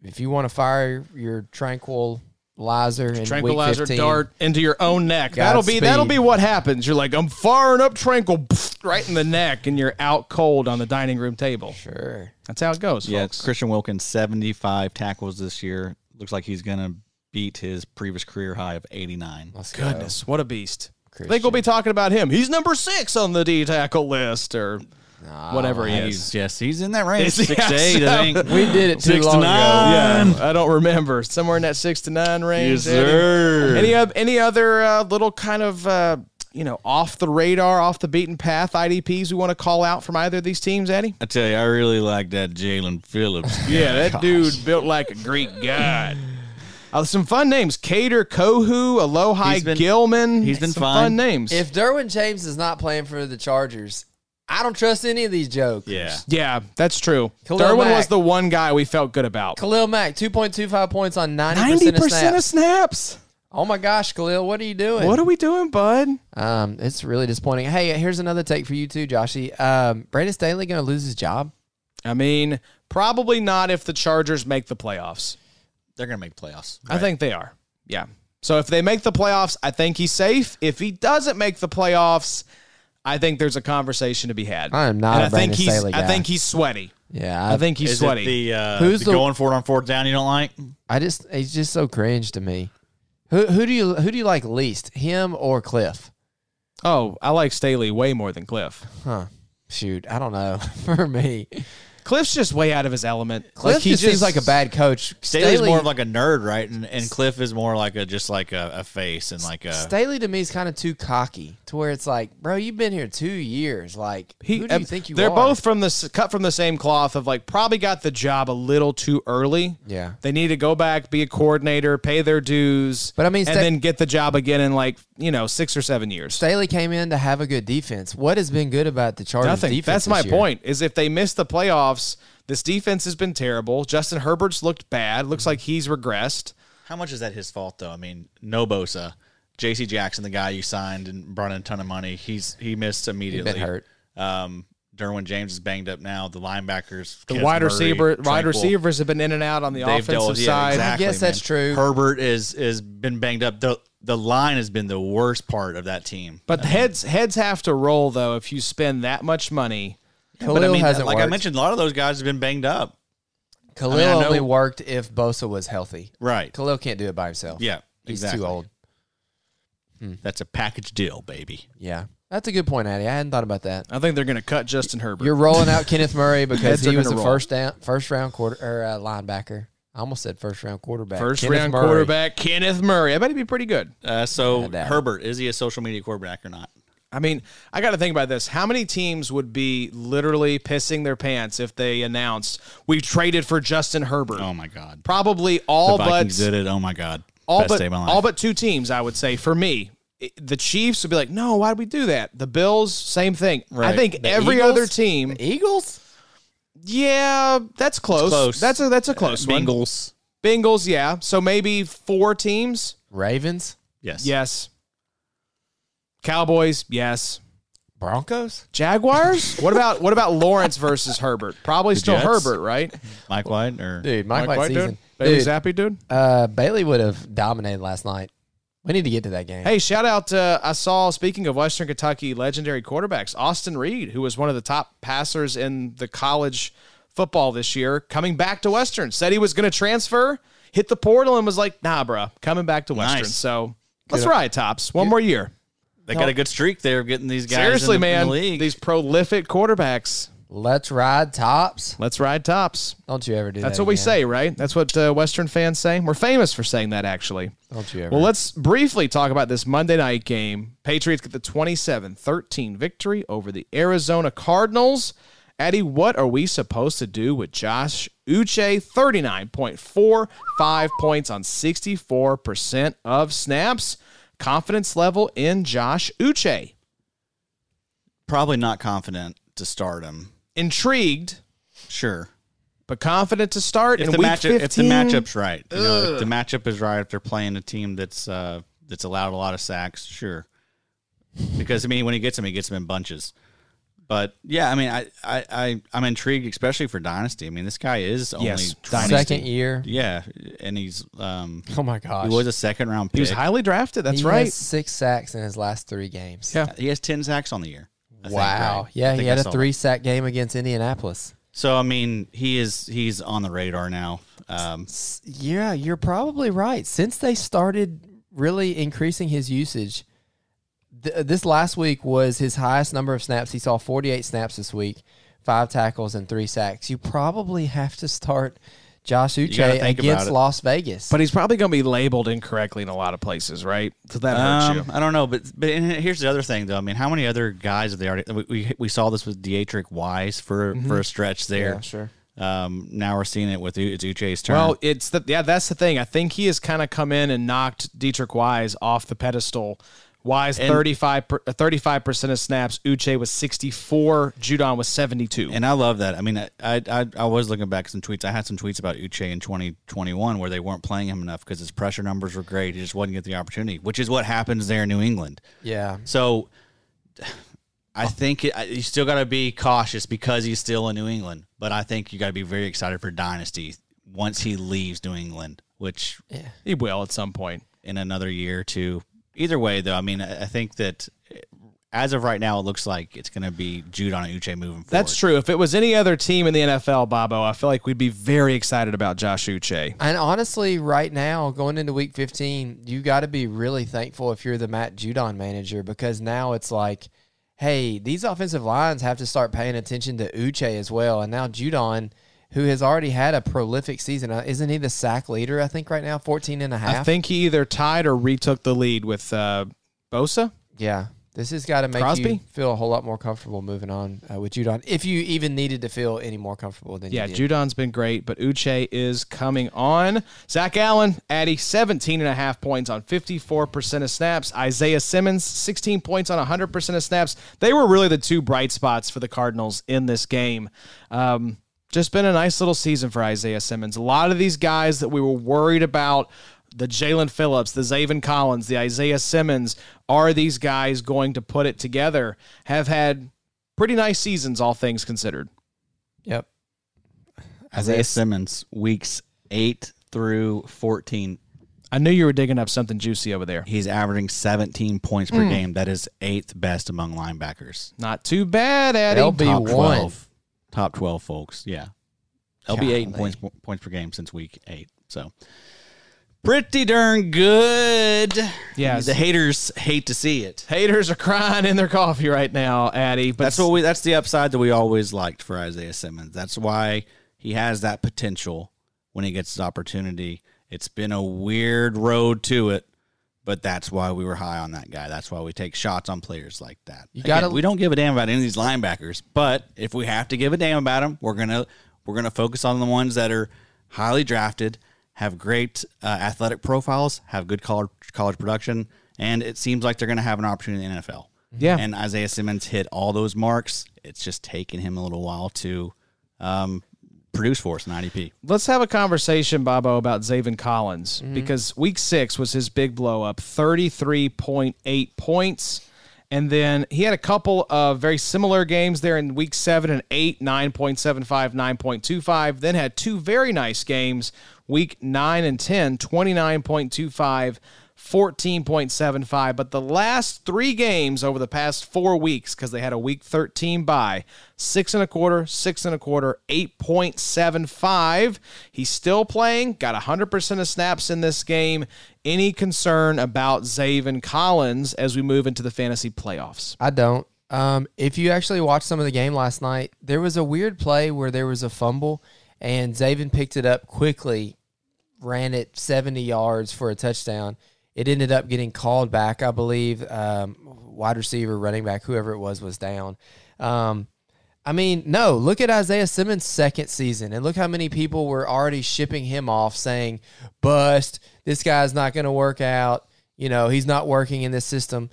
Speaker 3: if you want to fire your tranquilizer in
Speaker 1: tranquilizer
Speaker 3: week 15,
Speaker 1: dart into your own neck. that'll be
Speaker 3: Godspeed.
Speaker 1: that'll be what happens. You're like, I'm firing up tranquil right in the neck, and you're out cold on the dining room table.
Speaker 3: sure.
Speaker 1: That's how it goes,
Speaker 2: Yeah,
Speaker 1: folks.
Speaker 2: Christian Wilkins, 75 tackles this year. Looks like he's going to beat his previous career high of 89.
Speaker 3: Let's go.
Speaker 1: Goodness, what a beast. I think we'll be talking about him. He's number six on the D tackle list, or whatever he is.
Speaker 2: He's, yes, he's in that range.
Speaker 1: Is he?
Speaker 2: 6 to 8, I think.
Speaker 3: We did it too
Speaker 2: Six to
Speaker 3: long
Speaker 2: nine.
Speaker 3: ago.
Speaker 1: Yeah,
Speaker 2: Yeah.
Speaker 1: I don't remember. Somewhere in that six to nine range.
Speaker 2: Yes,
Speaker 1: Eddie.
Speaker 2: sir.
Speaker 1: Any oth- any other uh, little kind of uh, you know off the radar, off the beaten path IDPs we want to call out from either of these teams, Eddie?
Speaker 2: I tell you, I really like that Jalen Phillips.
Speaker 1: Yeah, that
Speaker 2: Gosh.
Speaker 1: dude built like a Greek god. Uh, some fun names: Cater, Kohu, Alohi,
Speaker 2: He's been-
Speaker 1: Gilman.
Speaker 2: he's been
Speaker 1: some
Speaker 2: fine.
Speaker 1: fun names.
Speaker 3: If Derwin James is not playing for the Chargers, I don't trust any of these jokers.
Speaker 2: Yeah.
Speaker 1: Yeah, that's true.
Speaker 3: Khalil
Speaker 1: Derwin
Speaker 3: Mack.
Speaker 1: was the one guy we felt good about.
Speaker 3: Khalil Mack, 2.25 points on 90%,
Speaker 1: Ninety
Speaker 3: of
Speaker 1: percent
Speaker 3: snaps.
Speaker 1: of snaps.
Speaker 3: oh my gosh, Khalil, what are you doing?
Speaker 1: What are we doing, bud?
Speaker 3: um, it's really disappointing. Hey, here's another take for you too, Joshy. Um, Brandon Staley going to lose his job?
Speaker 1: I mean, probably not if the Chargers make the playoffs.
Speaker 2: They're going to make playoffs.
Speaker 1: I think they are. Yeah. So if they make the playoffs, I think he's safe. If he doesn't make the playoffs, I think there's a conversation to be had.
Speaker 3: I am not
Speaker 1: And
Speaker 3: a
Speaker 1: I think
Speaker 3: Brandon
Speaker 1: he's.
Speaker 3: Staley
Speaker 1: I
Speaker 3: guy.
Speaker 1: think he's sweaty.
Speaker 3: Yeah,
Speaker 1: I think he's
Speaker 2: Is
Speaker 1: sweaty.
Speaker 2: it the, uh,
Speaker 3: Who's
Speaker 2: the
Speaker 3: the-
Speaker 2: going for it on fourth down you don't like?
Speaker 3: I just he's just so cringe to me. Who who do you who do you like least, him or Cliff?
Speaker 1: oh, I like Staley way more than Cliff.
Speaker 3: Huh? Shoot, I don't know. For me,
Speaker 1: Cliff's just way out of his element.
Speaker 3: Cliff
Speaker 1: Like, he
Speaker 3: just, seems like a bad coach.
Speaker 2: Staley's more of like a nerd, right? And, and Cliff is more like a just like a, a face and like a.
Speaker 3: Staley to me is kind of too cocky to where it's like, bro, you've been here two years. Like, who do you
Speaker 1: uh,
Speaker 3: think you
Speaker 1: they're
Speaker 3: are?
Speaker 1: both from the s- cut from the same cloth of like probably got the job a little too early.
Speaker 3: Yeah.
Speaker 1: They need to go back, be a coordinator, pay their dues,
Speaker 3: But I mean,
Speaker 1: and
Speaker 3: Sta-
Speaker 1: then get the job again in like you know six or seven years.
Speaker 3: Staley came in to have a good defense. What has been good about the Chargers
Speaker 1: Nothing.
Speaker 3: defense?
Speaker 1: That's my
Speaker 3: this year?
Speaker 1: point. Is if they miss the playoffs, this defense has been terrible. Justin Herbert's looked bad. Looks like he's regressed.
Speaker 2: How much is that his fault though? I mean, no Bosa, J.C. Jackson, the guy you signed and brought in a ton of money, he's he missed immediately.
Speaker 3: hurt.
Speaker 2: Um, Derwin James is banged up now. The linebackers,
Speaker 1: The
Speaker 2: Kez
Speaker 1: wide
Speaker 2: Murray,
Speaker 1: receiver, wide
Speaker 2: Tranquil,
Speaker 1: receivers have been in and out on the
Speaker 2: they've
Speaker 1: offensive
Speaker 2: dealt with- yeah,
Speaker 1: side.
Speaker 2: exactly,
Speaker 3: guess that's
Speaker 2: man.
Speaker 3: true.
Speaker 2: Herbert is is been banged up. the The line has been the worst part of that team.
Speaker 1: But heads heads have to roll though if you spend that much money.
Speaker 3: Khalil
Speaker 2: But I mean,
Speaker 3: hasn't
Speaker 2: like I
Speaker 3: worked.
Speaker 2: mentioned, a lot of those guys have been banged up.
Speaker 3: Khalil
Speaker 2: I know-
Speaker 3: only worked if Bosa was healthy.
Speaker 2: Right.
Speaker 3: Khalil can't do it by himself.
Speaker 2: Yeah.
Speaker 3: he's
Speaker 2: exactly.
Speaker 3: too old.
Speaker 2: That's a package deal, baby.
Speaker 3: Yeah, that's a good point, Addy. I hadn't thought about that.
Speaker 1: I think they're going to cut Justin Herbert.
Speaker 3: You're rolling out Kenneth Murray because
Speaker 1: Heads are
Speaker 3: he was a
Speaker 1: gonna roll.
Speaker 3: first down, first round quarter or uh, linebacker. I almost said first round quarterback.
Speaker 1: First
Speaker 3: Kenneth
Speaker 1: round
Speaker 3: Murray.
Speaker 1: quarterback Kenneth Murray. I bet he'd be pretty good.
Speaker 2: Uh, so
Speaker 3: doubt it.
Speaker 2: Herbert is he a social media quarterback or not?
Speaker 1: I mean, I got to think about this. How many teams would be literally pissing their pants if they announced we traded for Justin Herbert?
Speaker 2: Oh my god.
Speaker 1: Probably all
Speaker 2: the
Speaker 1: but
Speaker 2: Vikings did it. Oh my god.
Speaker 1: all
Speaker 2: Best
Speaker 1: but
Speaker 2: day of my life.
Speaker 1: all but two teams. I would say for me, It- the Chiefs would be like, no, why did we do that? The Bills, same thing. I
Speaker 2: Right.
Speaker 1: think
Speaker 3: The
Speaker 1: every
Speaker 3: Eagles?
Speaker 1: other team.
Speaker 3: The Eagles.
Speaker 1: Yeah, that's close.
Speaker 2: close. Uh,
Speaker 1: That's a that's a close one.
Speaker 2: Bengals.
Speaker 1: Bengals, yeah. So maybe four teams.
Speaker 3: Ravens.
Speaker 2: Yes.
Speaker 1: Yes. Cowboys, yes.
Speaker 3: Broncos.
Speaker 1: Jaguars? what about what about Lawrence versus Herbert? Probably still
Speaker 2: Jets?
Speaker 1: Herbert, right?
Speaker 2: Mike White or
Speaker 3: Dude, Mike, White
Speaker 1: White, dude?
Speaker 3: season.
Speaker 1: Bailey
Speaker 3: Dude,
Speaker 1: Zappi, dude.
Speaker 3: uh, Bailey would have dominated last night. We need to get to that game.
Speaker 1: Hey, shout out to I saw speaking of Western Kentucky legendary quarterbacks, Austin Reed, who was one of the top passers in the college football this year, coming back to Western. Said he was going to transfer, hit the portal, and was like, "Nah, bruh, coming back to Western."
Speaker 2: Nice.
Speaker 1: So let's ride, tops. One more year.
Speaker 2: they got a good streak there of getting these guys.
Speaker 1: Seriously,
Speaker 2: in the,
Speaker 1: man,
Speaker 2: in the league.
Speaker 1: these prolific quarterbacks.
Speaker 3: Let's ride tops.
Speaker 1: Let's ride tops.
Speaker 3: Don't you ever do
Speaker 1: That's
Speaker 2: Uh,
Speaker 3: that.
Speaker 1: what we
Speaker 3: again.
Speaker 1: say, right? That's what uh, Western fans say. We're famous for saying that, actually.
Speaker 3: Don't you ever.
Speaker 1: Well, let's briefly talk about this Monday night game. Patriots get the 27 13 victory over the Arizona Cardinals. Eddie, what are we supposed to do with Josh Uche? 39.45 points on 64% of snaps. Confidence level in Josh Uche.
Speaker 2: probably not confident to start him.
Speaker 1: Intrigued,
Speaker 2: Sure.
Speaker 1: but confident to start.
Speaker 2: If
Speaker 1: in
Speaker 2: the
Speaker 1: week
Speaker 2: matchup, if the
Speaker 1: 15.
Speaker 2: matchup's right, you know, if the matchup is right, if they're playing a team that's uh, that's allowed a lot of sacks, sure. Because I mean, when he gets them, he gets them in bunches. But yeah, I mean, I I, I I'm intrigued, especially for dynasty. I mean, this guy is only
Speaker 1: Yes,
Speaker 2: 20
Speaker 3: second year.
Speaker 2: Yeah, and he's um
Speaker 3: Oh my gosh.
Speaker 2: he was a second round pick.
Speaker 1: He was highly drafted. That's
Speaker 3: He
Speaker 1: right.
Speaker 3: has six sacks in his last three games.
Speaker 1: Yeah.
Speaker 2: He has ten sacks on the year. I think,
Speaker 3: Wow.
Speaker 2: right? I
Speaker 3: Yeah, he
Speaker 2: think
Speaker 3: had
Speaker 2: I
Speaker 3: a
Speaker 2: saw
Speaker 3: three sack game against Indianapolis.
Speaker 2: that. So I mean, he is he's on the radar now. Um,
Speaker 3: S- Yeah, you're probably right. Since they started really increasing his usage, th- this last week was his highest number of snaps. He saw 48 snaps this week, five tackles and three sacks. You probably have to start Josh
Speaker 2: gotta
Speaker 3: Uche
Speaker 2: think about
Speaker 3: against
Speaker 2: it.
Speaker 3: Las Vegas.
Speaker 1: But he's probably going to be labeled incorrectly in a lot of places, right? So that hurts
Speaker 2: um,
Speaker 1: you.
Speaker 2: I don't know, but but and here's the other thing though. I mean, how many other guys have they already? We, we, we saw this with Dietrich Wise for for a stretch there.
Speaker 3: sure.
Speaker 2: Um, now we're seeing it with U- it's Uche's turn.
Speaker 1: Well, it's the yeah, that's the thing. I think he has kind of come in and knocked Dietrich Wise off the pedestal Wise 35 percent of snaps. Uche was sixty four. Judon was seventy two.
Speaker 2: And I love that. I mean, I, I I was looking back at some tweets. I had some tweets about Uche in 2021 where they weren't playing him enough because his pressure numbers were great. He just wasn't getting the opportunity, which is what happens there in New England.
Speaker 3: Yeah.
Speaker 2: So I think it, I- you still got to be cautious because he's still in New England. But I think you got to be very excited for Dynasty once he leaves New England, which
Speaker 1: He will at some point.
Speaker 2: in another year or two. Either way, though, I mean, I I think that eh, as of right now, it looks like it's going to be Judon and Uche moving forward.
Speaker 1: That's true. If it was any other team in the NFL, Bobo, I feel like we'd be very excited about Josh Uche.
Speaker 3: And honestly, right now, going into week 15, you got to be really thankful if you're the Matt Judon manager because now it's like, hey, these offensive lines have to start paying attention to Uche as well. And now Judon, who has already had a prolific season, uh, isn't he the sack leader, I think, right now? 14 and a half?
Speaker 1: I think he either tied or retook the lead with uh, Bosa.
Speaker 3: Yeah. This has got to make you
Speaker 1: Crosby?
Speaker 3: feel a whole lot more comfortable moving on uh, with Judon if you even needed to feel any more comfortable than
Speaker 1: Yeah,
Speaker 3: you did.
Speaker 1: Judon's been great, but Uche is coming on. Zach Allen, Addy, 17 and a half points on 54% of snaps. Isaiah Simmons, 16 points on 100% of snaps. They were really the two bright spots for the Cardinals in this game. Um, just been a nice little season for Isaiah Simmons. A lot of these guys that we were worried about the Jalen Phillips, the Zaven Collins, the Isaiah Simmons, are these guys going to put it together? Have had pretty nice seasons, all things considered.
Speaker 3: Yep.
Speaker 2: Isaiah Simmons, weeks eight through 14.
Speaker 1: I knew you were digging up something juicy over there.
Speaker 2: He's averaging 17 points per game. That is eighth best among linebackers.
Speaker 1: Not too bad, Eddie.
Speaker 3: They'll be
Speaker 2: Top
Speaker 3: one.
Speaker 2: 12. Top 12, folks. Yeah. LB eight in points, points per game since week eight. So pretty darn good.
Speaker 1: Yes.
Speaker 2: The haters hate to see it.
Speaker 1: Haters are crying in their coffee right now, Addy. But
Speaker 2: That's what we. That's the upside that we always liked for Isaiah Simmons. That's why he has that potential when he gets his opportunity. It's been a weird road to it, but that's why we were high on that guy. That's why we take shots on players like that. You
Speaker 3: gotta-
Speaker 2: We don't give a damn about any of these linebackers, but if we have to give a damn about them, we're gonna we're gonna focus on the ones that are highly drafted, have great uh, athletic profiles, have good college college production, and it seems like they're gonna have an opportunity in the NFL.
Speaker 1: Yeah.
Speaker 2: And Isaiah Simmons hit all those marks. It's just taken him a little while to um, produce for us in IDP.
Speaker 1: let's have a conversation, Bobo, about Zaven Collins
Speaker 2: Mm-hmm.
Speaker 1: because week six was his big blow up 33.8 points. And then he had a couple of very similar games there in week seven and eight 9.75, 9.25. Then had two very nice games week nine and 10, 29.25. 14.75, but the last three games over the past four weeks, because they had a week 13 bye, six and a quarter, six and a quarter, 8.75. He's still playing, got 100% of snaps in this game. Any concern about Zaven Collins as we move into the fantasy playoffs?
Speaker 3: I don't. Um, if you actually watched some of the game last night, there was a weird play where there was a fumble, and Zaven picked it up quickly, ran it 70 yards for a touchdown. It ended up getting called back, I believe. Um, wide receiver, running back, whoever it was, was down. Um, I mean, no, look at Isaiah Simmons' second season and look how many people were already shipping him off saying, bust, this guy's not going to work out. You know, he's not working in this system.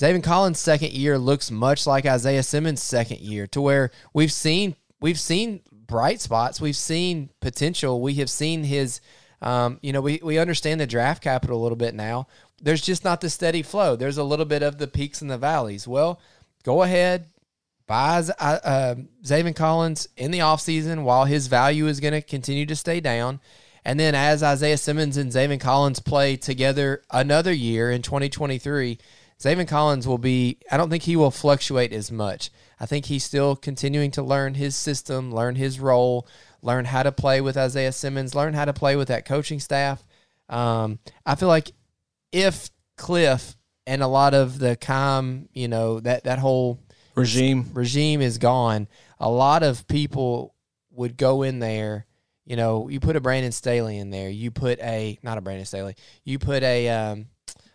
Speaker 3: Zayvon Collins' second year looks much like Isaiah Simmons' second year, to where we've seen we've seen bright spots, we've seen potential, we have seen his, um, you know, we we understand the draft capital a little bit now. There's just not the steady flow. There's a little bit of the peaks and the valleys. Well, go ahead, buys uh, um Zayvon Collins in the offseason while his value is going to continue to stay down. And then as Isaiah Simmons and Zayvon Collins play together another year in 2023, Zayvon Collins will be, I don't think he will fluctuate as much. I think he's still continuing to learn his system, learn his role, learn how to play with Isaiah Simmons, learn how to play with that coaching staff. Um, I feel like if Cliff and a lot of the calm, you know, that, that whole
Speaker 1: Regime.
Speaker 3: regime is gone, a lot of people would go in there. You know, you put a Brandon Staley in there. You put a not a Brandon Staley. You put a um,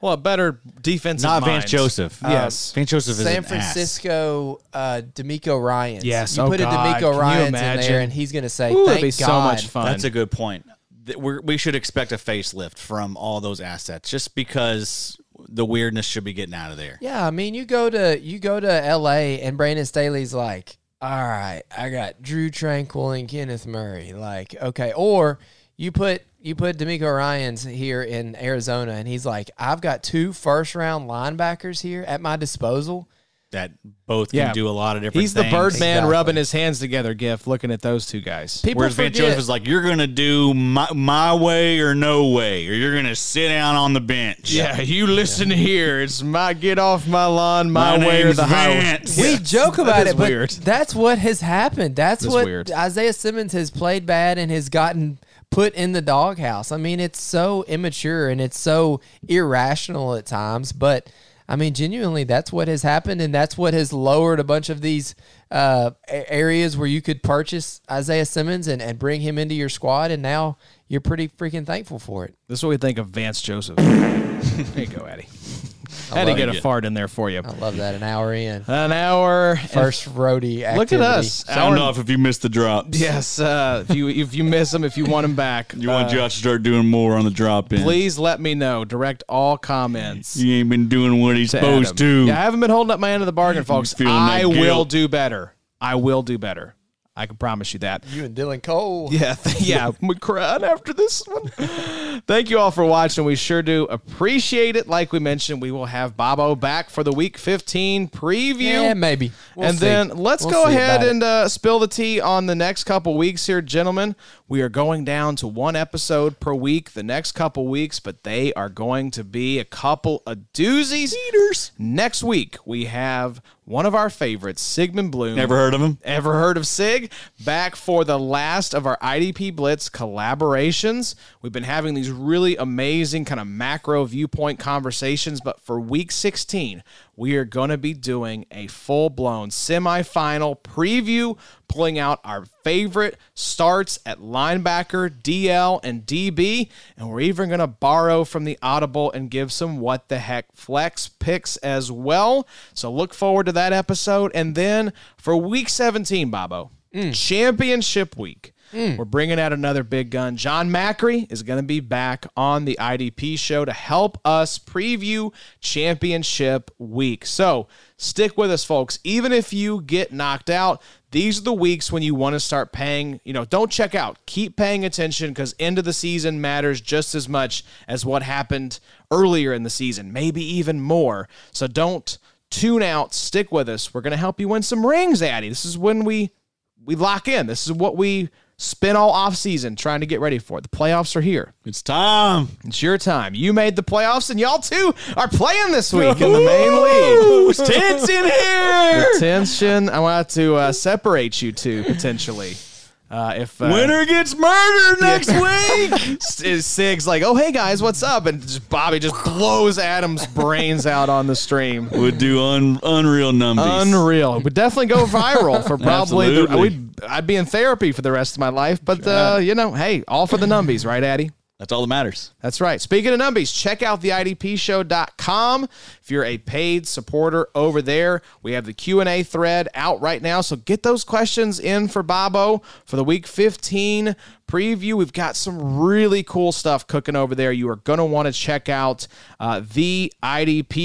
Speaker 1: Well, a better defensive
Speaker 2: Not
Speaker 1: mind.
Speaker 2: Vance Ah, Joseph.
Speaker 1: Yes.
Speaker 2: Vance Joseph is
Speaker 3: San
Speaker 2: an ass.
Speaker 3: Francisco uh, D'Amico Ryan.
Speaker 1: Yes,
Speaker 3: you
Speaker 1: oh
Speaker 3: put a
Speaker 1: God, can
Speaker 3: D'Amico
Speaker 1: you
Speaker 3: Ryan in
Speaker 1: imagine?
Speaker 3: there, and he's going to say,
Speaker 1: Ooh,
Speaker 3: "Thank
Speaker 1: that'd be
Speaker 3: God."
Speaker 1: so much fun.
Speaker 2: That's a good point. That We're, we should expect a facelift from all those assets just because the weirdness should be getting out of there.
Speaker 3: Yeah, I mean, you go to you go to L.A. and Brandon Staley's like, all right, I got Drew Tranquil and Kenneth Murray. Like, okay, or you put you put D'Amico Ryan's here in Arizona, and he's like, I've got two first round linebackers here at my disposal.
Speaker 2: That both
Speaker 1: Yeah.
Speaker 2: can do a lot of different.
Speaker 1: He's the
Speaker 2: things.
Speaker 1: Birdman
Speaker 3: Exactly.
Speaker 1: rubbing his hands together gif, looking at those two guys.
Speaker 3: People
Speaker 2: Whereas Van Joseph
Speaker 3: forget.
Speaker 2: is like, you're gonna do my, my way or no way, or you're gonna sit down on the bench.
Speaker 1: Yeah, you listen here. It's my get off my lawn, my,
Speaker 2: My
Speaker 1: way or
Speaker 2: name's
Speaker 1: the highway.
Speaker 2: Vance.
Speaker 1: Yeah.
Speaker 3: We joke about
Speaker 1: is
Speaker 3: it, but
Speaker 1: weird.
Speaker 3: that's what has happened. That's
Speaker 1: That's
Speaker 3: what
Speaker 1: weird.
Speaker 3: Isaiah Simmons has played bad and has gotten put in the doghouse. I mean, it's so immature and it's so irrational at times, but I mean, genuinely, that's what has happened, and that's what has lowered a bunch of these uh, a- areas where you could purchase Isaiah Simmons and, and bring him into your squad, and now you're pretty freaking thankful for it.
Speaker 1: This is what we think of Vance Joseph. there you go, Eddie. Had to
Speaker 3: love
Speaker 1: get
Speaker 2: it.
Speaker 1: a fart in there for you.
Speaker 3: I love that. An hour in,
Speaker 1: An hour. and-
Speaker 3: first roadie. Activity.
Speaker 1: Look at us. Hour and-
Speaker 2: if you missed the drops.
Speaker 1: Yes, uh, if you if you miss them, if you want them back, uh,
Speaker 2: Josh to start doing more on the drop in.
Speaker 1: please let me know. Direct all comments.
Speaker 2: He ain't been doing what he's
Speaker 1: to Adam. Yeah, I haven't been holding up my end of the bargain, folks.
Speaker 2: Feeling that
Speaker 1: I will
Speaker 2: guilt.
Speaker 1: do better. I will do better. I can promise you that.
Speaker 3: You and Dylan Cole.
Speaker 1: Yeah, th- yeah, we crying after this one. Thank you all for watching. We sure do appreciate it. Like we mentioned, we will have Bobo back for the Week 15 preview.
Speaker 3: Yeah, maybe. We'll
Speaker 1: and
Speaker 3: see.
Speaker 1: then let's
Speaker 3: We'll
Speaker 1: go
Speaker 3: see
Speaker 1: ahead
Speaker 3: about it.
Speaker 1: and uh, spill the tea on the next couple weeks here, gentlemen. We are going down to one episode per week the next couple weeks, but they are going to be a couple of doozies. Next week, we have one of our favorites, Sigmund Bloom.
Speaker 2: Never heard of him?
Speaker 1: Ever heard of SIG? Back for the last of our IDP Blitz collaborations. We've been having these really amazing kind of macro viewpoint conversations, but for week 16, we are going to be doing a full blown semifinal preview, pulling out our favorite starts at linebacker, DL, and DB. And we're even going to borrow from the Audible and give some what the heck flex picks as well. So look forward to that episode. And then for week 17, Bobo, championship week. We're bringing out another big gun. John Macri is going to be back on the IDP show to help us preview championship week. So stick with us, folks. Even if you get knocked out, these are the weeks when you want to start paying. You know, don't check out. Keep paying attention because end of the season matters just as much as what happened earlier in the season, maybe even more. So don't tune out. Stick with us. We're going to help you win some rings, Addy. This is when we we lock in. This is what we spend all off season trying to get ready for. The playoffs are here.
Speaker 2: It's time.
Speaker 1: It's your time. You made the playoffs, and y'all too are playing this week in the main league.
Speaker 2: It's tense in here.
Speaker 1: The tension. I want to uh, separate you two potentially. Uh, if uh,
Speaker 2: Winner gets murdered next week.
Speaker 1: S- is Sig's like, oh hey guys, what's up? And just Bobby just blows Adam's brains out on the stream.
Speaker 2: Would do un- unreal numbers.
Speaker 1: Unreal. Would definitely go viral for probably. The,
Speaker 2: Absolutely.
Speaker 1: we'd, I'd be in therapy for the rest of my life, but uh, you know, hey, all for the numbies, right, Addy?
Speaker 2: That's all that matters.
Speaker 1: That's right. Speaking of numbies, check out the IDPshow.com. If you're a paid supporter over there, we have the Q&A thread out right now. So get those questions in for Bobo for the week 15 preview. We've got some really cool stuff cooking over there. You are going to want to check out uh, the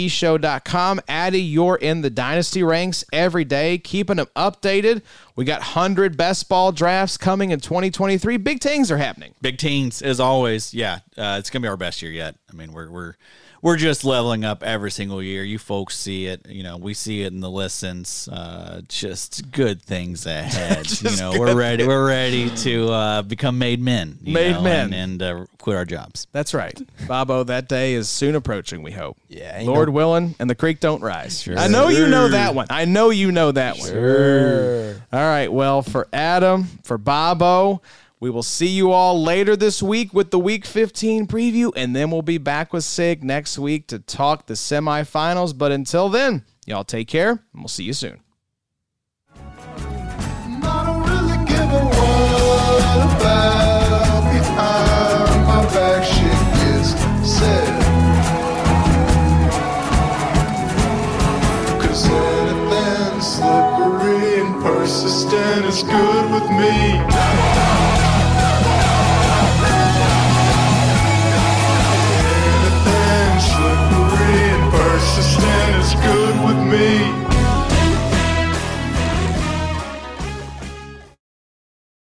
Speaker 1: IDPshow.com. Addy, you're in the dynasty ranks every day, keeping them updated. We got 100 best ball drafts coming in 2023. Big things are happening.
Speaker 2: Big teens, as always. Yeah, uh, it's gonna be our best year yet. I mean, we're we're we're just leveling up every single year. You folks see it. You know, we see it in the listens. Uh, just good things ahead. you know, we're ready. We're ready to uh, become made men. you
Speaker 1: Made
Speaker 2: know,
Speaker 1: men.
Speaker 2: and, and uh, quit our jobs.
Speaker 1: That's right. Bobo, that day is soon approaching, we hope.
Speaker 3: Yeah, ain't
Speaker 1: Lord willing, and the creek don't rise. I know you know that one. I know you know that one. All right. Well, for Adam, for Bobo, we will see you all later this week with the week 15 preview, and then we'll be back with Sig next week to talk the semifinals. But until then, y'all take care, and we'll see you soon.
Speaker 4: I don't really give a what about